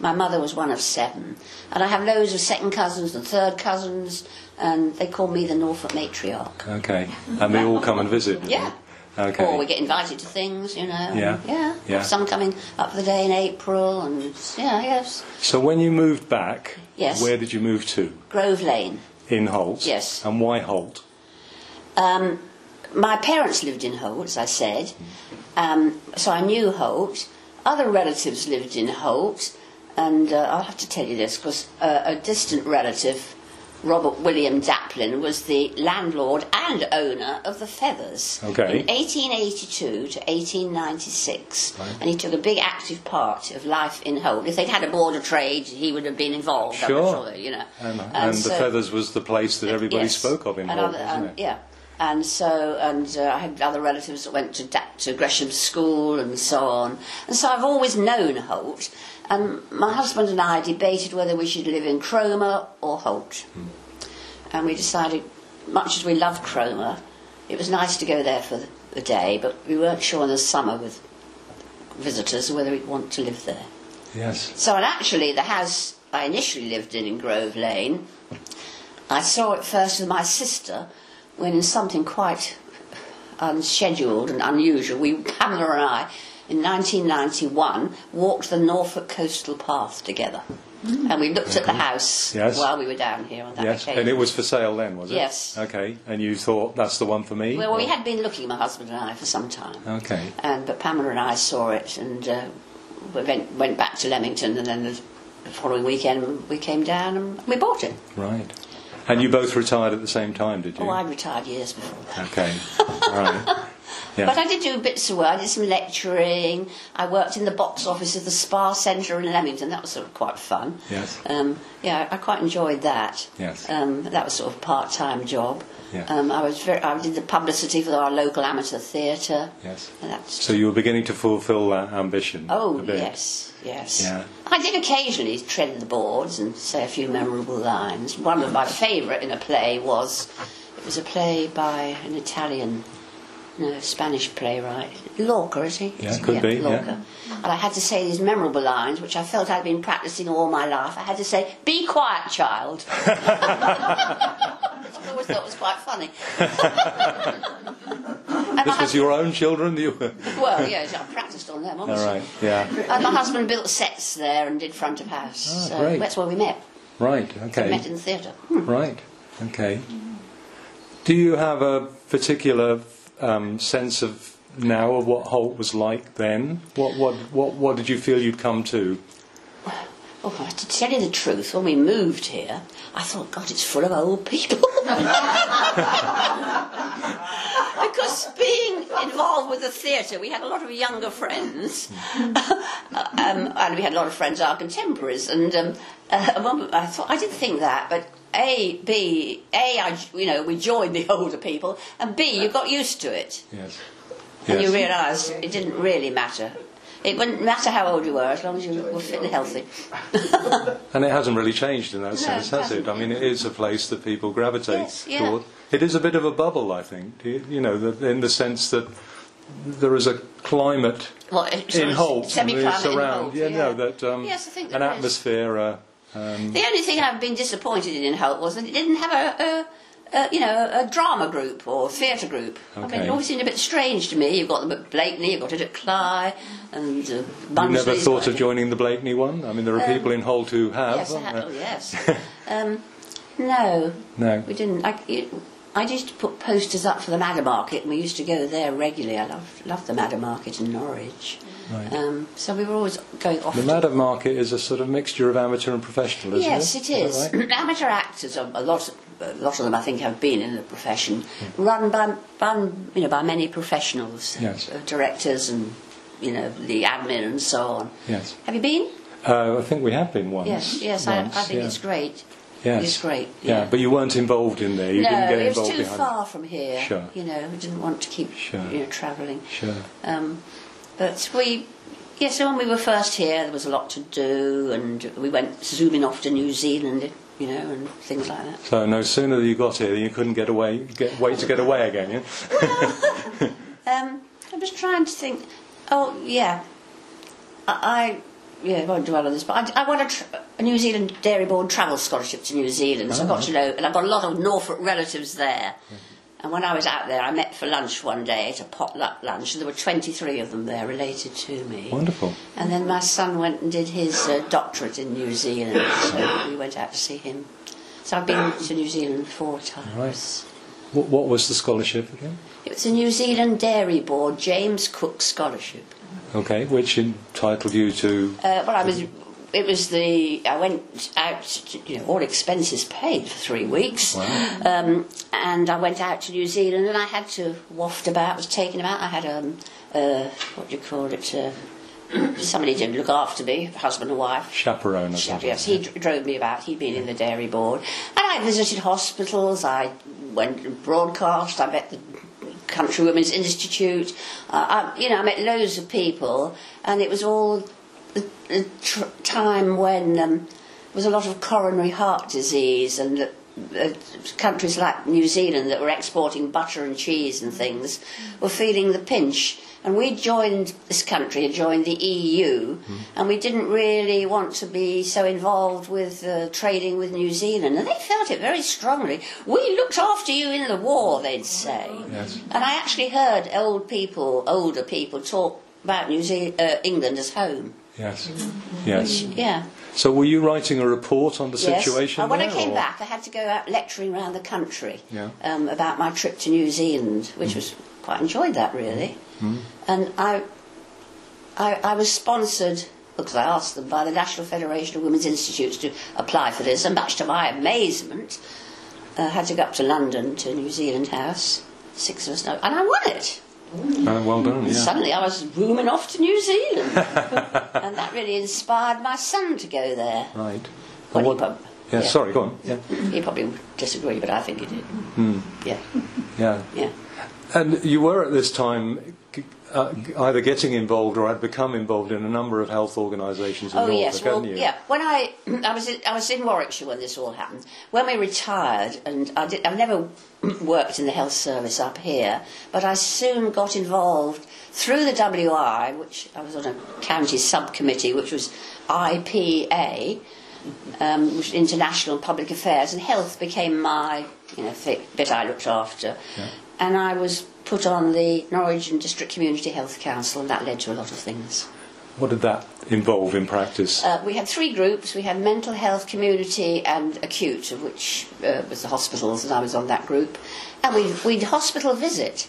My mother was one of seven. And I have loads of second cousins and third cousins, and they call me the Norfolk matriarch. okay. And they all come and visit. do Yeah. they? Okay. Or we get invited to things, you know. Yeah. Yeah. Yeah. Some coming up for the day in April, and yeah, yes. So when you moved back, Yes. where did you move to? Grove Lane. In Holt. Yes. And why Holt? Um, my parents lived in Holt, as I said, um, so I knew Holt. Other relatives lived in Holt, and uh, I'll have to tell you this because uh, a distant relative, Robert William Daplin, was the landlord and owner of the Feathers Okay. in 1882 to 1896, Right. and he took a big active part of life in Holt. If they'd had a board of trade, he would have been involved. I'm Sure. sure, you know. And, And and the so- Feathers was the place that everybody Yes. spoke of in And Holt, other- wasn't and- it? Yeah. And so, and uh, I had other relatives that went to, Da- to Gresham School and so on. And so I've always known Holt. And my husband and I debated whether we should live in Cromer or Holt. Hmm. And we decided, much as we love Cromer, it was nice to go there for the, the day, but we weren't sure in the summer with visitors whether we'd want to live there. Yes. So, and actually, the house I initially lived in in Grove Lane, I saw it first with my sister when, in something quite unscheduled and unusual, we, Pamela and I, in 1991, walked the Norfolk Coastal Path together. And we looked at the house Mm. Mm-hmm. Yes. while we were down here on that Yes. occasion. And it was for sale then, was it? Yes. Okay. And you thought that's the one for me? well, we Or- had been looking, my husband and I, for some time. Okay. And Um, but Pamela and I saw it, and uh, we went, went back to Leamington, and then the following weekend we came down and we bought it. Right. And you both retired at the same time, did you? Oh, I retired years before that. Okay. All right. Yeah. But I did do bits of work. I did some lecturing. I worked in the box office of the Spa Centre in Leamington. That was sort of quite fun. Yes. Um, yeah, I quite enjoyed that. Yes. Um, that was sort of a part-time job. Yeah. Um, I was very, I did the publicity for our local amateur theatre. Yes. And that's So you were beginning to fulfil that ambition. Oh a bit. yes, yes. Yeah. I did occasionally tread the boards and say a few memorable lines. One of my favourite in a play was it was a play by an Italian, no Spanish playwright, Lorca, is he? Yeah, could be, yeah. Lorca. And I had to say these memorable lines, which I felt I'd been practicing all my life. I had to say, "Be quiet, child." I always thought it was quite funny. And This I- was your own children that you were. well, yes, I practiced on them. Obviously. All right. Yeah. And Uh, my husband built sets there and did front of house. Ah, so great. that's where we met. Right. We met Okay. in the theatre. Hmm. Right. Okay. Do you have a particular um, sense of now of what Holt was like then? What what what what did you feel you'd come to? Oh, well, to tell you the truth, when we moved here, I thought, God, it's full of old people. because being involved with the theatre, we had a lot of younger friends, um, and we had a lot of friends our contemporaries. And um, uh, at one point I thought I did think that, but a b a I j- you know we joined the older people, and b Uh, you got used to it, Yes. and you Yes. realised it didn't really matter. It wouldn't matter how old you were as long as you were fit and healthy. And it hasn't really changed in that sense, it has it? I mean, it is a place that people gravitate Yes, yeah. toward. It is a bit of a bubble, I think, do you, you know, the, in the sense that there is a climate Well, it- in Holt and semi-climate it's in around. Holt, yeah, no, that um, Yes, I think an there is. atmosphere. Uh, um, The only thing I've been disappointed in in Holt was that it didn't have a, a, a you know a drama group or theatre group. I mean, Okay. it always seemed a bit strange to me. You've got them at Blakeney, you've got it at Cly, and uh, you never Bunsley's thought got of it. joining the Blakeney one. I mean, there are people in Holt who have. eh? Um, Yes, I aren't had, there? oh yes. um, no, No. we didn't. I, it, I used to put posters up for the Madder Market, and we used to go there regularly. I loved, loved the Madder Market in Norwich. Right. Um, so we were always going off. The to- Madam Market is a sort of mixture of amateur and professional, isn't yes, it? it is. that right? Amateur actors, a a lot, a lot of them, I think, have been in the profession, Hmm. run by, by you know by many professionals, Yes. uh, directors, and you know the admin and so on. Yes. Have you been? Uh, I think we have been once. Yes, yes. Once, I, I think yeah. it's great. Yes. It's great. Yeah. Yeah. but you weren't involved in there. You no, didn't get it was involved too behind. far from here. Sure. You know, we didn't want to keep Sure. you know travelling. Sure. Um, but we, yeah, so when we were first here, there was a lot to do, and we went zooming off to New Zealand, you know, and things like that. So no sooner you got here, you couldn't get away. Get, wait to get away again. Yeah? Um, I was trying to think. Oh yeah, I, I yeah, I won't dwell on this, but I, I won a, tr- a New Zealand Dairy Board travel scholarship to New Zealand, so I got to Uh-huh. know, and I've got a lot of Norfolk relatives there. And when I was out there, I met for lunch one day at a potluck lunch, and there were 23 of them there related to me. Wonderful. And then my son went and did his uh, doctorate in New Zealand, so we went out to see him. So I've been to New Zealand four times. Right. What, what was the scholarship again? It was a New Zealand Dairy Board James Cook Scholarship. Okay, which entitled you to. Uh, well, I was. It was the. I went out. You know, all expenses paid for three weeks. Wow. Um, and I went out to New Zealand, and I had to waft about. Was taken about. I had um, uh, what do you call it? Uh, somebody did look after me, husband and wife. Chaperone or Yeah, something. Yes, he dr- drove me about. He'd been in the dairy board, and I visited hospitals. I went and broadcast. I met the Country Women's Institute. Uh, I, you know, I met loads of people, and it was all the, the tr- time when um, there was a lot of coronary heart disease, and uh, uh, countries like New Zealand that were exporting butter and cheese and things were feeling the pinch. And we joined this country, had joined the EU, and we didn't really want to be so involved with uh, trading with New Zealand. And they felt it very strongly. We looked after you in the war, they'd say. Yes. And I actually heard old people, older people, talk about New Ze- uh, England as home. Yes. Yes. Yeah. So were you writing a report on the situation? Yes. Uh, when I there, came or- back, I had to go out lecturing around the country Yeah. Mm-hmm. um, about my trip to New Zealand, which was quite enjoyed that really. And I, I, I was sponsored because I asked them by the National Federation of Women's Institutes to apply for this, and much to my amazement, uh, had to go up to London to New Zealand House. Six of us, and I won it. Oh, well done. Yeah. Suddenly, I was booming off to New Zealand, and that really inspired my son to go there. Right. When And he pub- yeah, yeah. Sorry. Go on. Yeah. He probably would disagree, but I think he did. Yeah, Yeah. yeah. And you were at this time g- uh, g- either getting involved or had become involved in a number of health organisations in Oh Norfolk, yes, hadn't well, you? yeah. When I I was in, I was in Warwickshire when this all happened. When we retired, and I did, I've never worked in the health service up here, but I soon got involved through the WI, which I was on a county subcommittee, which was IPA, um, which international public affairs and health became my you know thi- bit I looked after, and I was put on the Norwich and District Community Health Council, and that led to a lot of things. What did that involve in practice? Uh, we had three groups. We had mental health, community, and acute, of which uh, was the hospitals, and I was on that group. And we'd, we'd hospital visit.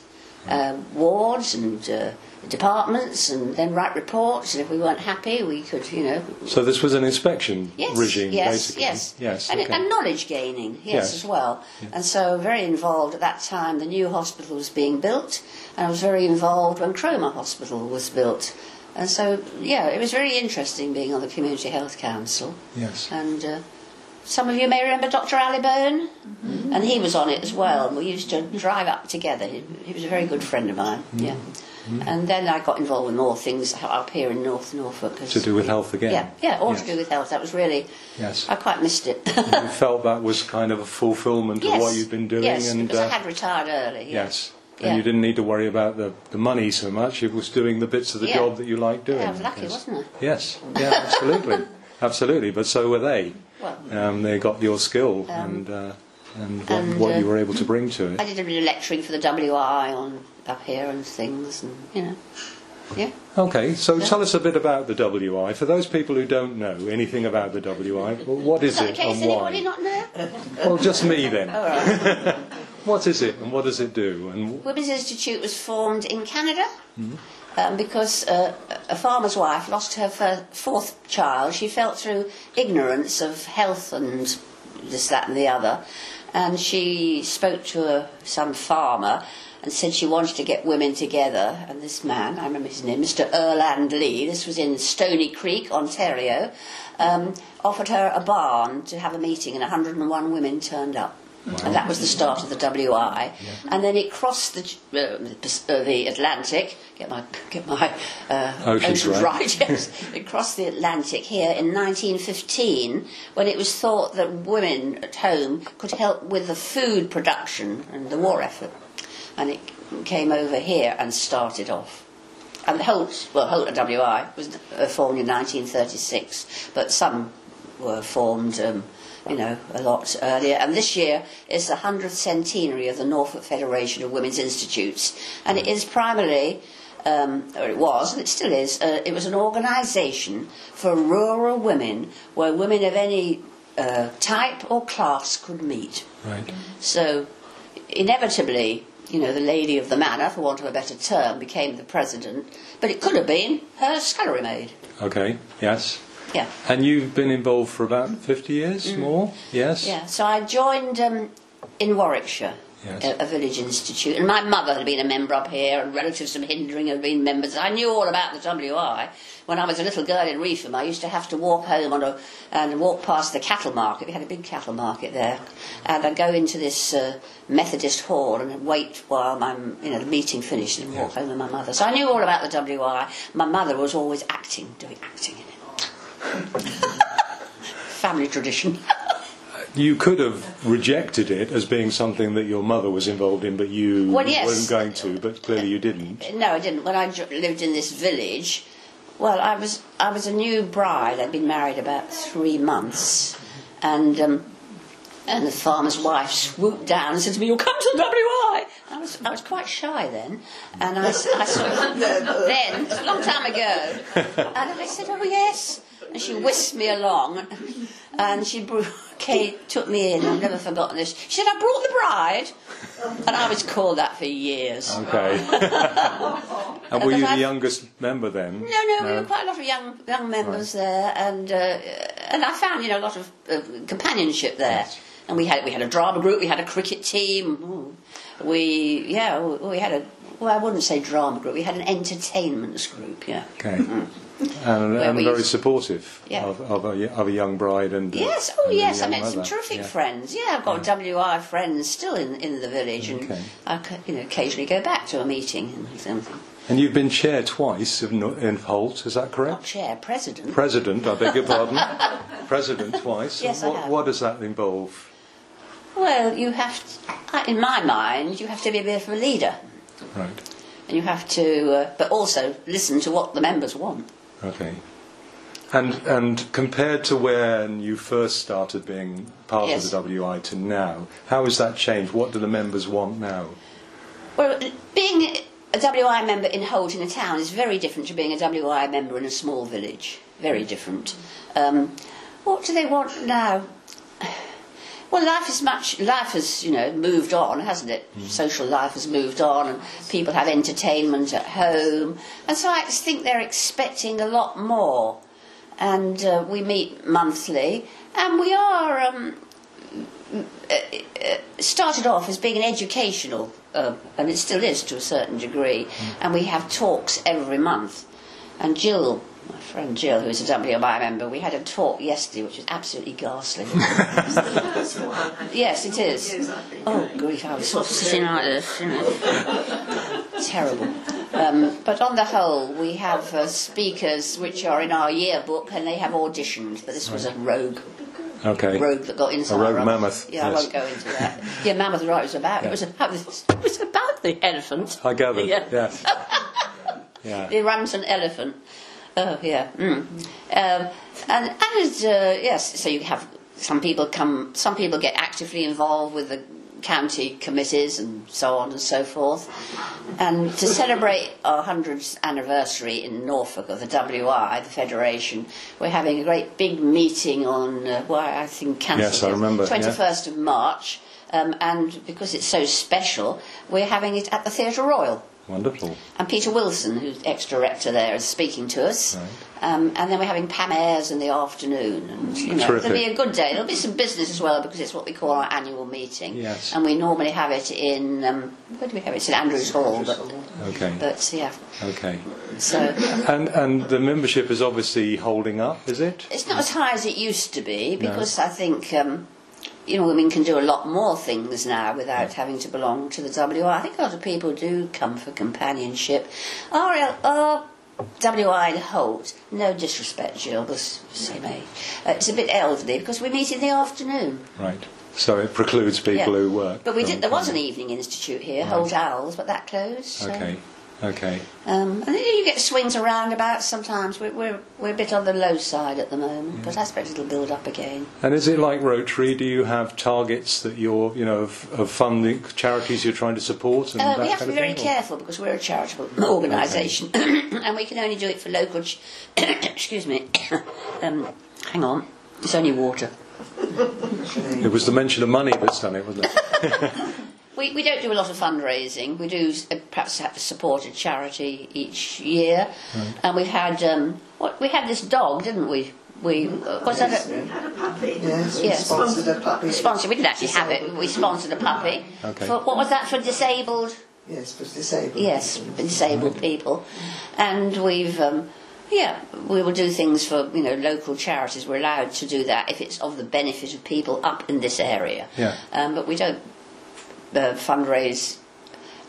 uh, wards and uh, departments and then write reports. And if we weren't happy, we could, you know. So this was an inspection Yes, regime, yes, basically. yes, yes. and, okay. and knowledge gaining, yes, Yes. as well. And so very involved at that time. The new hospital was being built, and I was very involved when Cromer Hospital was built. And so, yeah, it was very interesting being on the Community Health Council. yes. And uh, some of you may remember Dr. Ali Byrne, Mm-hmm. and he was on it as well. And we used to drive up together. He, he was a very good friend of mine. Mm-hmm. Yeah. And then I got involved with more things up here in North Norfolk. 'cause To do with we- health again. Yeah, yeah, all Yes. to do with health. That was really. Yes. I quite missed it. you felt that was kind of a fulfillment of what you'd been doing, Yes, and because uh, I had retired early. yeah. yes, Yeah. and you didn't need to worry about the, the money so much. It was doing the bits of the Yeah. job that you liked doing. Yeah, I was lucky, guess. wasn't I? Yes, yeah, absolutely, absolutely. But so were they. Well- Um, um, they got your skill and uh, and what, and, what uh, you were able to bring to it. I did a bit of lecturing for the WI on up here and things, and you know, yeah. Okay, so tell us a bit about the WI. For those people who don't know anything about the WI, well, what is In it case and anybody why? not know. Well, just me then. what is it and what does it do? And Women's Institute was formed in Canada um, because uh, a farmer's wife lost her fir- fourth child. She fell through ignorance of health and this, that, and the other. And she spoke to a, some farmer and said she wanted to get women together. And this man, I remember his name, Mr. Erland Lee, this was in Stony Creek, Ontario, um, offered her a barn to have a meeting, and 101 women turned up. And that was the start of the WI. And then it crossed the, uh, the Pas- uh, the Atlantic. Get my, get my uh, Ocean's right. oceans right. yes. it crossed the Atlantic here in 1915 when it was thought that women at home could help with the food production and the war effort. And it came over here and started off. And the Holt, well, Holt WI was uh, formed in 1936, but some were formed, um, you know, a lot earlier. And this year is the 100th centenary of the Norfolk Federation of Women's Institutes. And it is primarily, um, or it was, and it still is, uh, it was an organisation for rural women where women of any uh, type or class could meet. right, So, inevitably, you know, the lady of the manor, for want of a better term, became the president, but it could have been her scullery maid. okay, yes. Yeah. And you've been involved for about 50 years more? Yes? Mm. Yeah, so I joined um, in Warwickshire, Yes. a, a village institute, and my mother had been a member up here, and relatives from Hindering had been members. I knew all about the WI. When I was a little girl in Reefham, I used to have to walk home on a, and walk past the cattle market. We had a big cattle market there, and I'd go into this uh, Methodist hall and wait while my you know the meeting finished, and walk home with my mother. So I knew all about the WI. My mother was always acting, doing acting in it. Family tradition. You could have rejected it as being something that your mother was involved in, but you Well, yes. weren't going to, but clearly you didn't. No, I didn't. When I ju- lived in this village, well, I was I was a new bride. I'd been married about three months, and um, and the farmer's wife swooped down and said to me, "You'll come to the WI." I was I was quite shy then, and I, s- I sort of then it's a long time ago, and I said, "Oh yes," and she whisked me along, and she br- Kate took me in. I've never forgotten this. She said, "I brought the bride," and I was called that for years. Okay. and were Because you the I've- youngest member then? No, no, we were quite a lot of young young members there, and uh, and I found you know a lot of uh, companionship there. Yes. And we had we had a drama group, we had a cricket team, ooh. we yeah we we had a well I wouldn't say drama group, we had an entertainments group, yeah. Okay. And, Where and we very used- supportive Yeah. of, of, a, y- of a young bride and. uh, Yes, oh and a yes, I young made some mother. terrific Yeah. friends. Yeah, I've got WI friends still in, in the village, and Okay. I c- you know occasionally go back to a meeting and something. And you've been chair twice of, No- in Holt, is that correct? Not chair, president. President, I beg your pardon. President twice. Yes, I what, have. what does that involve? well, you have, to, in my mind, you have to be a bit of a leader. Right. and you have to, uh, but also listen to what the members want. Okay. And and compared to when you first started being part Yes. of the WI to now, how has that changed? What do the members want now? Well, being a WI member in Holt in a town is very different to being a WI member in a small village. Very different. Um, what do they want now? Well, life is much. Life has, you know, moved on, hasn't it? Social life has moved on, and people have entertainment at home, and so I think they're expecting a lot more. And uh, we meet monthly, and we are um, started off as being an educational, uh, and it still is to a certain degree, and we have talks every month. And Jill, my friend Jill, who is a WMI member, we had a talk yesterday which was absolutely ghastly. yes, it is. Oh, grief, I was sort of sitting like this, you know. Terrible. Um, but on the whole, we have uh, speakers which are in our yearbook and they have auditions, but this was a rogue Okay. rogue that got inside. A rogue rather. mammoth, Yeah, I yes. won't go into that. Yeah, mammoth. Right, it was about. It was about. This, it was about the elephant. I gathered. Yeah. Yes. yeah. The Ramson elephant. Oh yeah. Mm. Um, and and it's, uh, yes, so you have some people come. Some people get actively involved with the county committees and so on and so forth. And to celebrate our hundredth anniversary in Norfolk of the WI, the Federation, we're having a great big meeting on. Uh, well, I think Cancer. Yes, I remember, yeah. 21st of March. Um, and because it's so special, we're having it at the Theatre Royal. Wonderful. And Peter Wilson, who's ex director there, is speaking to us. Right. Um, and then we're having Pam Ayres in the afternoon. And, you know, it'll Mm, Terrific. be a good day. There'll be some business as well because it's what we call our annual meeting. Yes. And we normally have it in, um, where do we have it? It's in Andrews Hall. But, Okay. but yeah, Okay. so And and the membership is obviously holding up, is it? it's not as high as it used to be because I think. Um, you know, women can do a lot more things now Mm. without having to belong to the WI. I think a lot of people do come for companionship. RL, uh, WI and Holt, no disrespect, Jill, the s- same Mm. age. Uh, it's a bit elderly because we meet in the afternoon. Right. So it precludes people Yeah. who work. But we from did. There was an coming. evening institute here, Holt Owls, but that closed. So. Okay. Okay. Um, and then you get swings and roundabouts sometimes. We're, we're, we're a bit on the low side at the moment, Mm. but I expect it'll build up again. And is it like Rotary? Do you have targets that you're, you know, of, of funding charities you're trying to support? And Uh, that we have to kind be of very thing, or- careful because we're a charitable organisation, and we can only do it for local. Ch- excuse me. um, hang on, it's only water. It was the mention of money that's done it, wasn't it? We, we don't do a lot of fundraising. We do s- uh, perhaps have to support a charity each year, and we've had um, what we had this dog, didn't we? We uh, was that a, had a puppy. Yes, we Yes. sponsored a puppy. sponsored. We didn't actually have it. We sponsored a puppy. Okay. For, what was that for? Disabled. Yes, for disabled. yes, disabled people, and we've um, yeah, we will do things for you know local charities. We're allowed to do that if it's of the benefit of people up in this area. Yeah. Um, but we don't uh, fundraise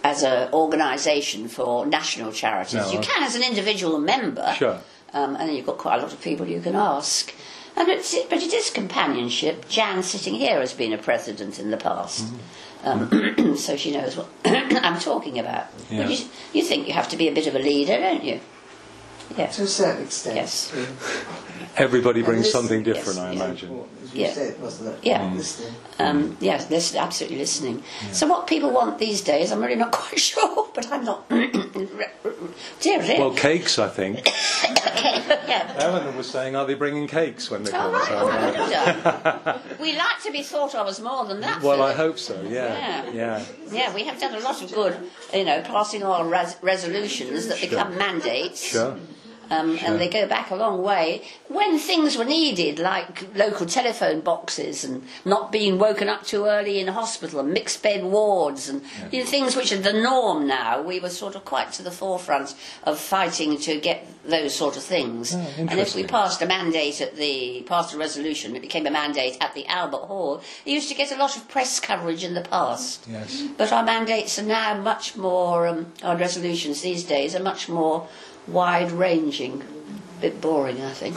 as an organisation for national charities. No, you I- can as an individual member. Sure. Um, and you've got quite a lot of people you can ask. And it's, but it is companionship. Jan sitting here has been a president in the past. Um, so she knows what I'm talking about. Mm. Yeah. But you, you think you have to be a bit of a leader, don't you? To a Yes. certain extent. Yes. Yeah. Everybody brings this- something different, yes, I yeah. imagine. As you Yeah. said, wasn't it? Yeah. Listening. Um, yes, this absolutely listening. So what people want these days, I'm really not quite sure, but I'm not. dear, dear. Well, cakes, I think. yeah. Eleanor was saying, are they bringing cakes when they Uh, All call right, us? all right, well done. we like to be thought of as more than that. Well, I Philip. hope so, yeah. Yeah. Yeah. Yeah, we have done a lot of good, you know, passing on res- resolutions that become mandates. Sure. Um, And they go back a long way. When things were needed, like local telephone boxes and not being woken up too early in hospital and mixed bed wards and you know, things which are the norm now, we were sort of quite to the forefront of fighting to get those sort of things. Oh, and if we interesting. passed a mandate at the, passed a resolution, it became a mandate at the Albert Hall, it used to get a lot of press coverage in the past. Yes. But our mandates are now much more, um, our resolutions these days are much more wide ranging. Bit boring, I think.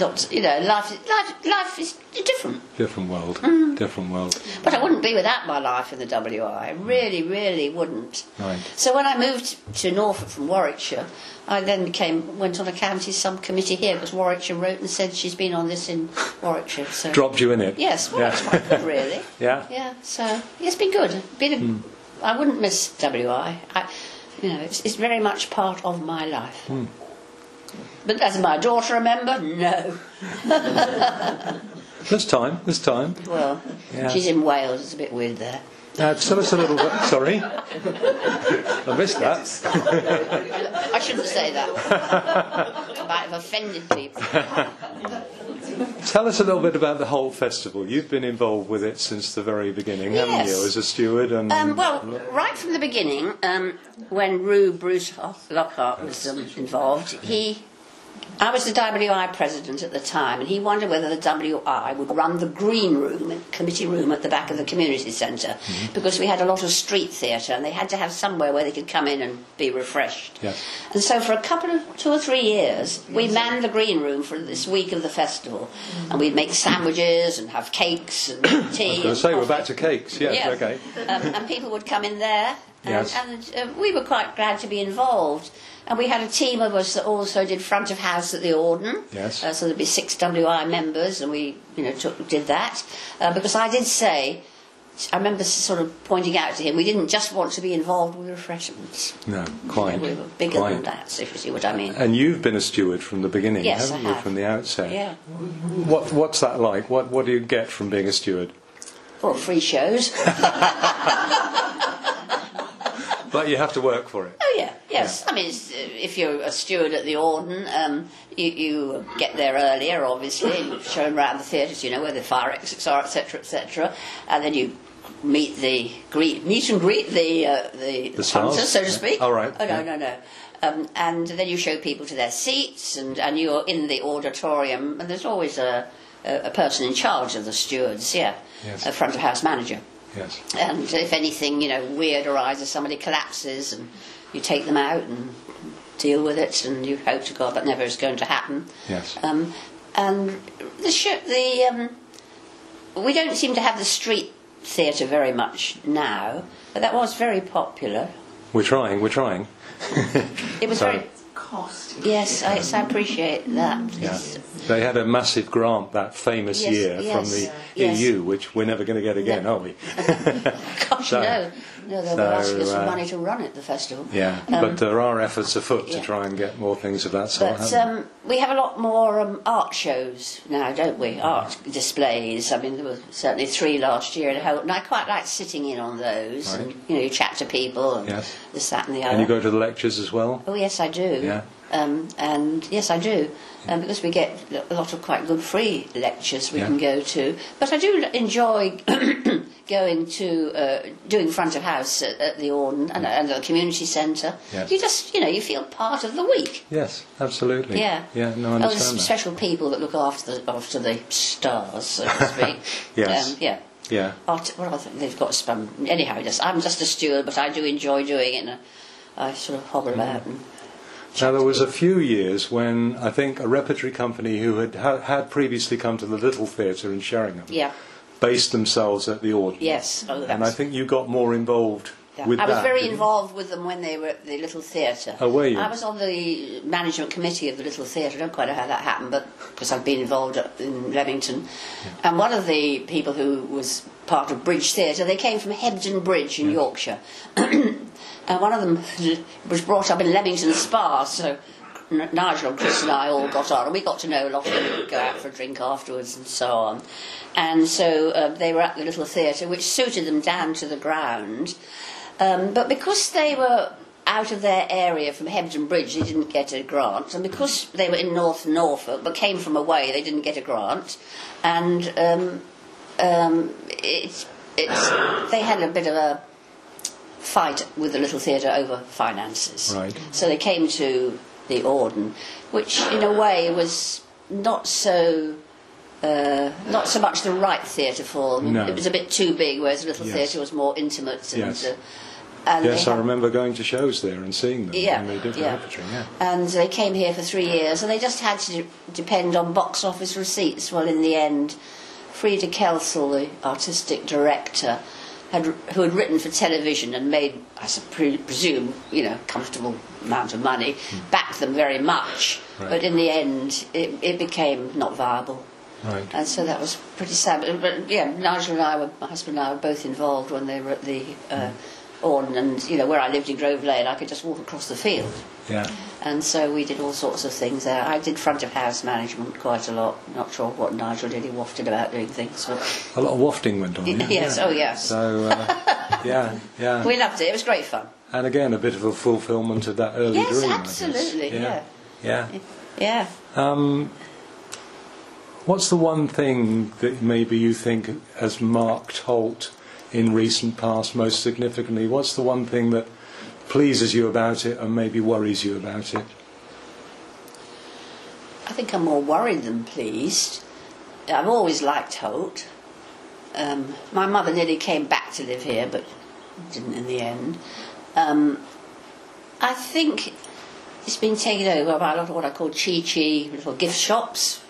Not, you know, life, is- life, life is different. Different world. Mm-hmm. Different world. But I wouldn't be without my life in the WI. I really, really wouldn't. Right. So when I moved to Norfolk from Warwickshire, I then became went on a county subcommittee here because Warwickshire wrote and said she's been on this in Warwickshire. So Dropped you in it. Yes, well, Yeah. it's quite good, really. Yeah. Yeah, so it's been good. Been a, I wouldn't miss WI. I, you know, it's, it's very much part of my life. But as my daughter, remember? No. This time, this time. Well, Yeah. she's in Wales. It's a bit weird there. Uh, tell us a little bit. Sorry, I missed that. I shouldn't say that. I might have offended people. Tell us a little bit about the whole festival. You've been involved with it since the very beginning, haven't Yes. you? As a steward and Um, well, right from the beginning, um, when Rue Bruce Ho- Lockhart was um, involved, he, I was the WI president at the time, and he wondered whether the WI would run the green room, committee room at the back of the community center Mm-hmm. because we had a lot of street theatre, and they had to have somewhere where they could come in and be refreshed. Yeah. And so, for a couple of two or three years, we manned the green room for this week of the festival, and we'd make sandwiches and have cakes and tea. I and was say we're coffee. back to cakes. Yes, Yes. okay. Um, and people would come in there. And, Yes. and uh, we were quite glad to be involved. And we had a team of us that also did front of house at the Auden. Yes. Uh, so there'd be six WI members, and we you know took, did that uh, because I did say. I remember sort of pointing out to him, we didn't just want to be involved with refreshments. No, quite. We were bigger quite. than that, if you see what I mean. And you've been a steward from the beginning, Yes, haven't I you? have. From the outset. yeah. What, what's that like? What, what do you get from being a steward? Well, free shows. But you have to work for it. Oh yeah, yes. I mean, it's, uh, if you're a steward at the Orden, um, you, you get there earlier, obviously, and you're shown round the theatres, you know, where the fire exits are, etc., etc., and then you meet the greet, meet and greet the uh, the, the stars, hunters, so to yeah. speak. All right, Oh no, yeah. no, no. Um, and then you show people to their seats, and, and you're in the auditorium, and there's always a, a, a person in charge of the stewards, yeah, Yes. a front of house manager. Yes. And if anything, you know, weird arises, somebody collapses, and you take them out and deal with it, and you hope to God that never is going to happen. Yes. Um, and the show, the um, we don't seem to have the street theatre very much now, but that was very popular. We're trying, we're trying. It was Sorry. very yes, I, yes, I appreciate that. Yeah. They had a massive grant that famous Yes, year yes, from the yes. EU, which we're never going to get again, are we? Gosh, So- no, no, they so, were asking us for uh, money to run it, the festival. Yeah. but there are efforts afoot to Um, yeah. try and get more things of that sort. But haven't um, we have a lot more um, art shows now, don't we? Art displays. I mean, there were certainly three last year, and, a whole, and I quite like sitting in on those. Right. And you know, you chat to people and Yes. this, that, and the there? other. and you go to the lectures as well? oh yes, I do. Yeah. Um, and yes, I do, um, because we get a lot of quite good free lectures we Yeah. can go to. But I do enjoy going to uh, doing front of house at, at the Orden and, and at the community centre. Yes. You just you know you feel part of the week. Yes, absolutely. Yeah. Yeah, no, I Oh, there's understand that. special people that look after the, after the stars, so to speak. Yes. Um, yeah. Yeah. Art, well, I think they've got some. Anyhow, yes, I'm just a steward, but I do enjoy doing it, and I, I sort of hobble Mm. about. And Now, there was a few years when I think a repertory company who had ha- had previously come to the Little Theatre in Sheringham yeah. based themselves at the Auden. Yes. Oh, And I that's- think you got more involved yeah. with I was that, very didn't you? involved with them when they were at the Little Theatre. Oh, were you? I was on the management committee of the Little Theatre. I don't quite know how that happened, but because I've been involved at- in Leamington. And one of the people who was part of Bridge Theatre, they came from Hebden Bridge in Yorkshire. And one of them was brought up in Leamington Spa, so N- Nigel, Chris, and I all got on, and we got to know a lot of them. We'd go out for a drink afterwards and so on. And so uh, they were at the little theatre, which suited them down to the ground. Um, but because they were out of their area from Hebden Bridge, they didn't get a grant. And because they were in North Norfolk, but came from away, they didn't get a grant. And um, um, it's, it's, they had a bit of a fight with the Little Theatre over finances. Right. So they came to the Auden, which in a way was not so. Uh, not so much the right theatre for them. No. It was a bit too big, whereas the Little Yes. Theatre was more intimate. And, Yes. uh, and Yes, they I had- remember going to shows there and seeing them Yeah, when they did the yeah. repertory. Yeah. and they came here for three years, and they just had to de- depend on box office receipts. Well, in the end, Frida Kelsall, the artistic director, had, who had written for television and made, I sup- pre- presume, you know, comfortable amount of money, backed them very much. Hmm. Right. But in the end, it, it became not viable. Right. And so that was pretty sad. But, but yeah, Nigel and I, were, my husband and I, were both involved when they were at the uh, on, and you know where I lived in Grove Lane, I could just walk across the field. Yeah. And so we did all sorts of things there. I did front of house management quite a lot. Not sure what Nigel did. He wafted about doing things. But A lot of wafting went on. yeah. yes, oh yes. So, uh, yeah, yeah. we loved it. It was great fun. and again, a bit of a fulfilment of that early Yes, dream. I guess. absolutely, Yeah. Yeah. Um, what's the one thing that maybe you think has marked Holt in recent past most significantly? What's the one thing that pleases you about it and maybe worries you about it? I think I'm more worried than pleased. I've always liked Holt. Um, my mother nearly came back to live here, but didn't in the end. Um, I think it's been taken over by a lot of what I call chi chi little gift shops.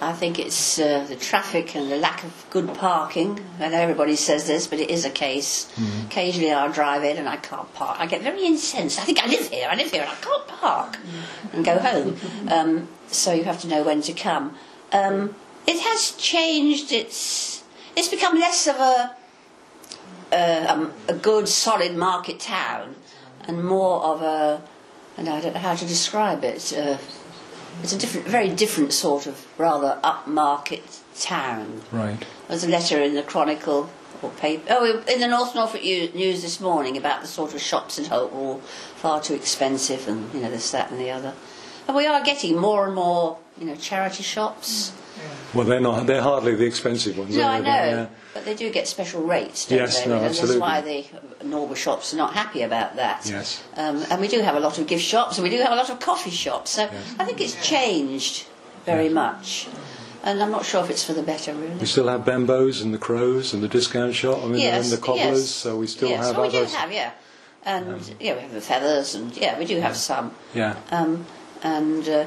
I think it's uh, the traffic and the lack of good parking. I know everybody says this, but it is a case. Occasionally I'll drive in and I can't park. I get very incensed. I think I live here, I live here, and I can't park and go home. Um, so you have to know when to come. Um, it has changed. It's it's become less of a um, a good, solid market town, and more of a, and I don't know how to describe it. Uh, it's a different, very different sort of rather upmarket town. Right. There's a letter in the Chronicle or paper. Oh, in the North Norfolk U- News this morning about the sort of shops in Hope were all far too expensive, and you know this, that, and the other. And we are getting more and more, you know, charity shops. Well, they're not. They're hardly the expensive ones. No, are I they? uh, know, but they do get special rates, don't Yes, they? no, and absolutely. that's why the normal shops are not happy about that. Yes. Um, and we do have a lot of gift shops, and we do have a lot of coffee shops. So I think it's changed very much, and I'm not sure if it's for the better, really. We still have Bembos and the Crows and the Discount Shop. I mean, Yes, and the Cobblers. yes. So we still yes. have oh, we others. Um, do have, yeah, and yeah, we have the feathers, and yeah, we do have some. Yeah. Um, and uh,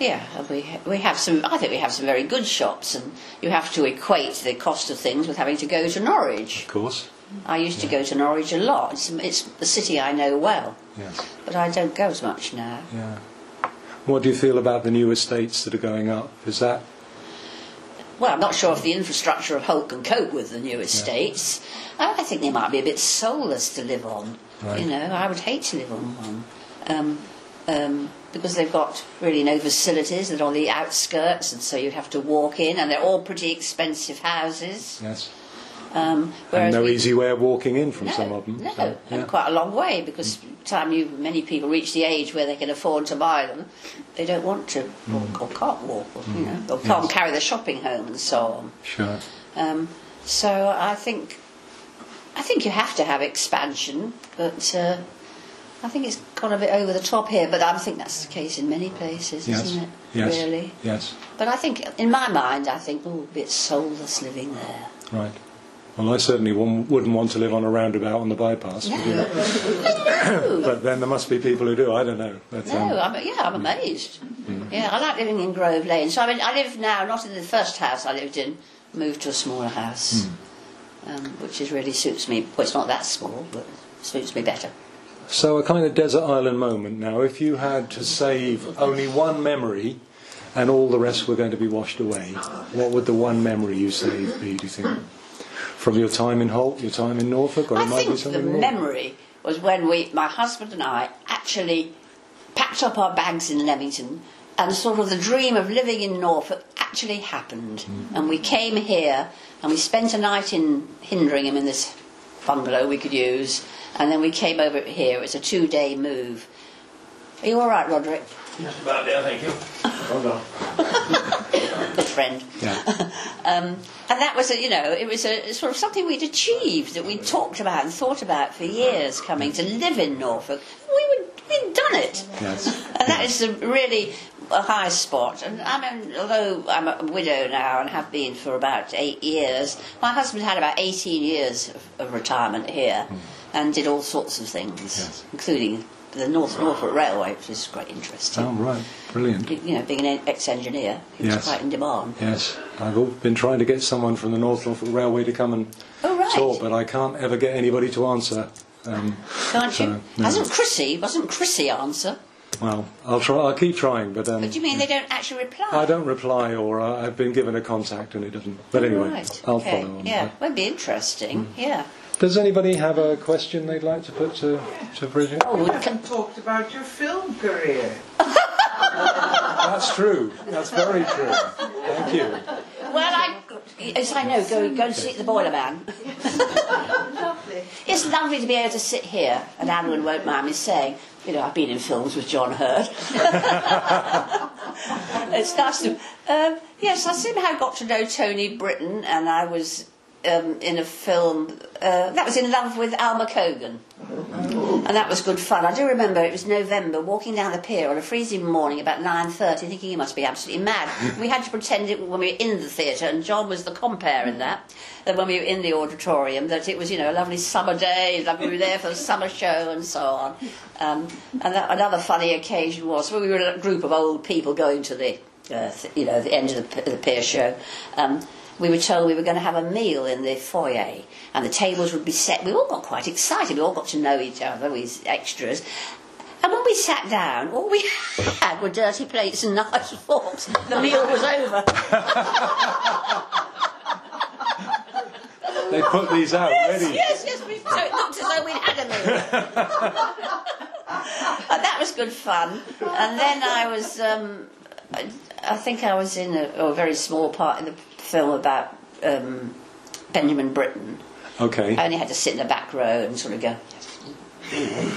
yeah, and we we have some. I think we have some very good shops, and you have to equate the cost of things with having to go to Norwich. Of course. I used to go to Norwich a lot. It's, it's the city I know well, Yes. but I don't go as much now. Yeah. What do you feel about the new estates that are going up? Is that Well, I'm not sure if the infrastructure of Holt can cope with the new estates. I, I think they might be a bit soulless to live on. Right. You know, I would hate to live on one. Um, um, because they've got really no facilities, they're on the outskirts, and so you have to walk in, and they're all pretty expensive houses. yes? Um, And whereas no we- easy way of walking in from No, some of them. No, so, and yeah. Mm. quite a long way because by the time you many people reach the age where they can afford to buy them, they don't want to Mm. walk or can't walk, or, you know, or can't carry the shopping home and so on. Sure. Um, so I think I think you have to have expansion, but uh, I think it's gone a bit over the top here. But I think that's the case in many places, Yes. isn't it? Yes. Really. Yes. But I think, in my mind, I think, oh, a bit soulless living there. Right. Well, I certainly won- wouldn't want to live on a roundabout on the bypass. would you? But then there must be people who do. I don't know. But, um, No, I'm, yeah, Mm. I'm amazed. Yeah, I like living in Grove Lane. So I mean, I live now not in the first house I lived in. Moved to a smaller house, Mm. um, which is really suits me. Well, it's not that small, but suits me better. So a kind of desert island moment now. If you had to save only one memory, and all the rest were going to be washed away, what would the one memory you save be? Do you think from your time in Holt, your time in Norfolk, or it I might be think the something more? memory was when we, my husband and I, actually packed up our bags in Leamington, and sort of the dream of living in Norfolk actually happened. And we came here, and we spent a night in Hinderingham in this bungalow we could use, and then we came over here. It was a two-day move. Are you all right, Roderick? Just about there, thank you. Hold on. Good friend. Yeah. Um, and that was, a, you know, it was a sort of something we'd achieved that we'd talked about and thought about for years coming to live in Norfolk. We would, we'd done it. Yes. And that is a really a high spot. And I mean, although I'm a widow now and have been for about eight years, my husband had about 18 years of, of retirement here and did all sorts of things, Hmm. Yes. including the North Norfolk Railway, which is quite interesting. Oh, right. Brilliant. You know, being an ex engineer, he was Yes. quite in demand. Yes, I've al- been trying to get someone from the North Norfolk Railway to come and Oh, right. talk, but I can't ever get anybody to answer. Um, Can't you? So, no. Hasn't Chrissy, wasn't Chrissy answer? Well, I'll try. I'll keep trying, but um, But you mean they don't actually reply? I don't reply, or uh, I've been given a contact and it doesn't. But anyway, Right. I'll okay. follow on. Mm. Yeah, won't be interesting. Yeah. Does anybody have a question they'd like to put to to Bridget? Oh, we can, Talked about your film career. That's true. That's very true. Thank you. well, I yes, I know. Go go and see the boiler man. Lovely. It's lovely to be able to sit here, and Anwen won't mind me saying, you know, I've been in films with John Hurt. it's nice to. Um, yes, I somehow got to know Tony Britton, and I was um, in a film uh, that was in love with Alma Cogan. And that was good fun. I do remember it was November, walking down the pier on a freezing morning about 9.30, thinking you must be absolutely mad. we had to pretend it when we were in the theatre, and John was the compere in that, that when we were in the auditorium, that it was, you know, a lovely summer day, that we were there for the summer show and so on. Um, and that, another funny occasion was, well, we were a group of old people going to the, uh, th- you know, the end of the, p- the pier show. Um, we were told we were going to have a meal in the foyer and the tables would be set. We all got quite excited. We all got to know each other, we extras. And when we sat down, all we had were dirty plates and knives and forks. The meal was over. They put these out ready. Yes, yes, we, so it looked as though we'd had a meal. and that was good fun. And then I was, um, I, I think I was in a, a very small part in the film about um, Benjamin Britten. Okay. I only had to sit in the back row and sort of go,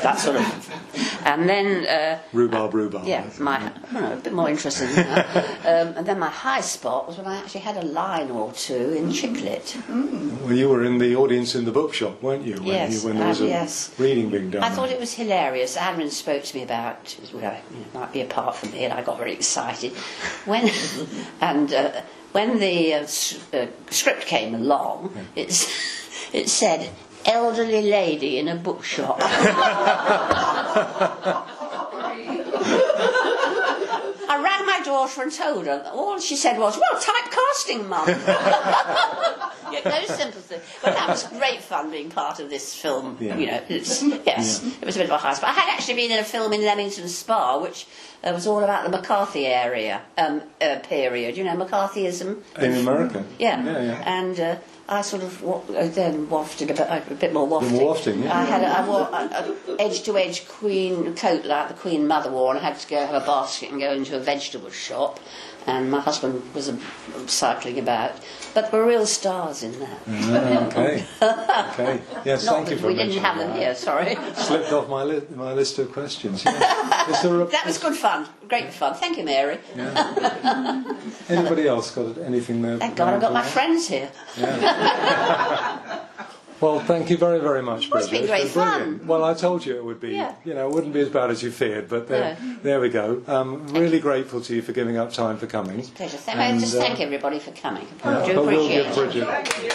that sort of. And then, uh, Rhubarb, rhubarb. yeah, my I don't know, a bit more interesting than that. um, and then my high spot was when I actually had a line or two in Chiclet. Well, you were in the audience in the bookshop, weren't you? When, Yes, you, when there uh, was a yes. reading being done. I thought it was hilarious. Admin spoke to me about well, it might be a part for me, and I got very excited when and uh, when the uh, s- uh, script came along. It's it said elderly lady in a bookshop. I rang my daughter and told her. All she said was, "Well, typecasting, mum." Yeah, no sympathy. But that was great fun being part of this film. Yeah. You know, it's, yes, it was a bit of a high spot. I had actually been in a film in Leamington Spa, which uh, was all about the McCarthy area um, uh, period. You know, McCarthyism. in America. Yeah. Yeah, yeah. And uh, I sort of wa- uh, then wafted a bit, a bit more wafting. more wafting, yeah. I had a- I wore an edge to edge queen coat like the Queen Mother wore, and I had to go have a basket and go into a vegetable shop. And my husband was um cycling about. But there were real stars in that. Ah, okay. okay. Yes, Not thank you that for we didn't mentioning have them that. here, sorry. Slipped off my, li- my list of questions. Yeah. Is there a, That was good fun, great fun. Thank you, Mary. Yeah. Anybody else got anything there? Thank God I've got my Yeah. friends here. Well, thank you very, very much, Well, it's Bridget. been It's great been brilliant. fun. Well, I told you it would be, Yeah. you know, it wouldn't be as bad as you feared, but there, No. there we go. Um, really grateful to you for giving up time for coming. Pleasure. Thank, I And, just uh, thank everybody for coming. I Yeah, do but we'll appreciate give it. Bridget. Thank you.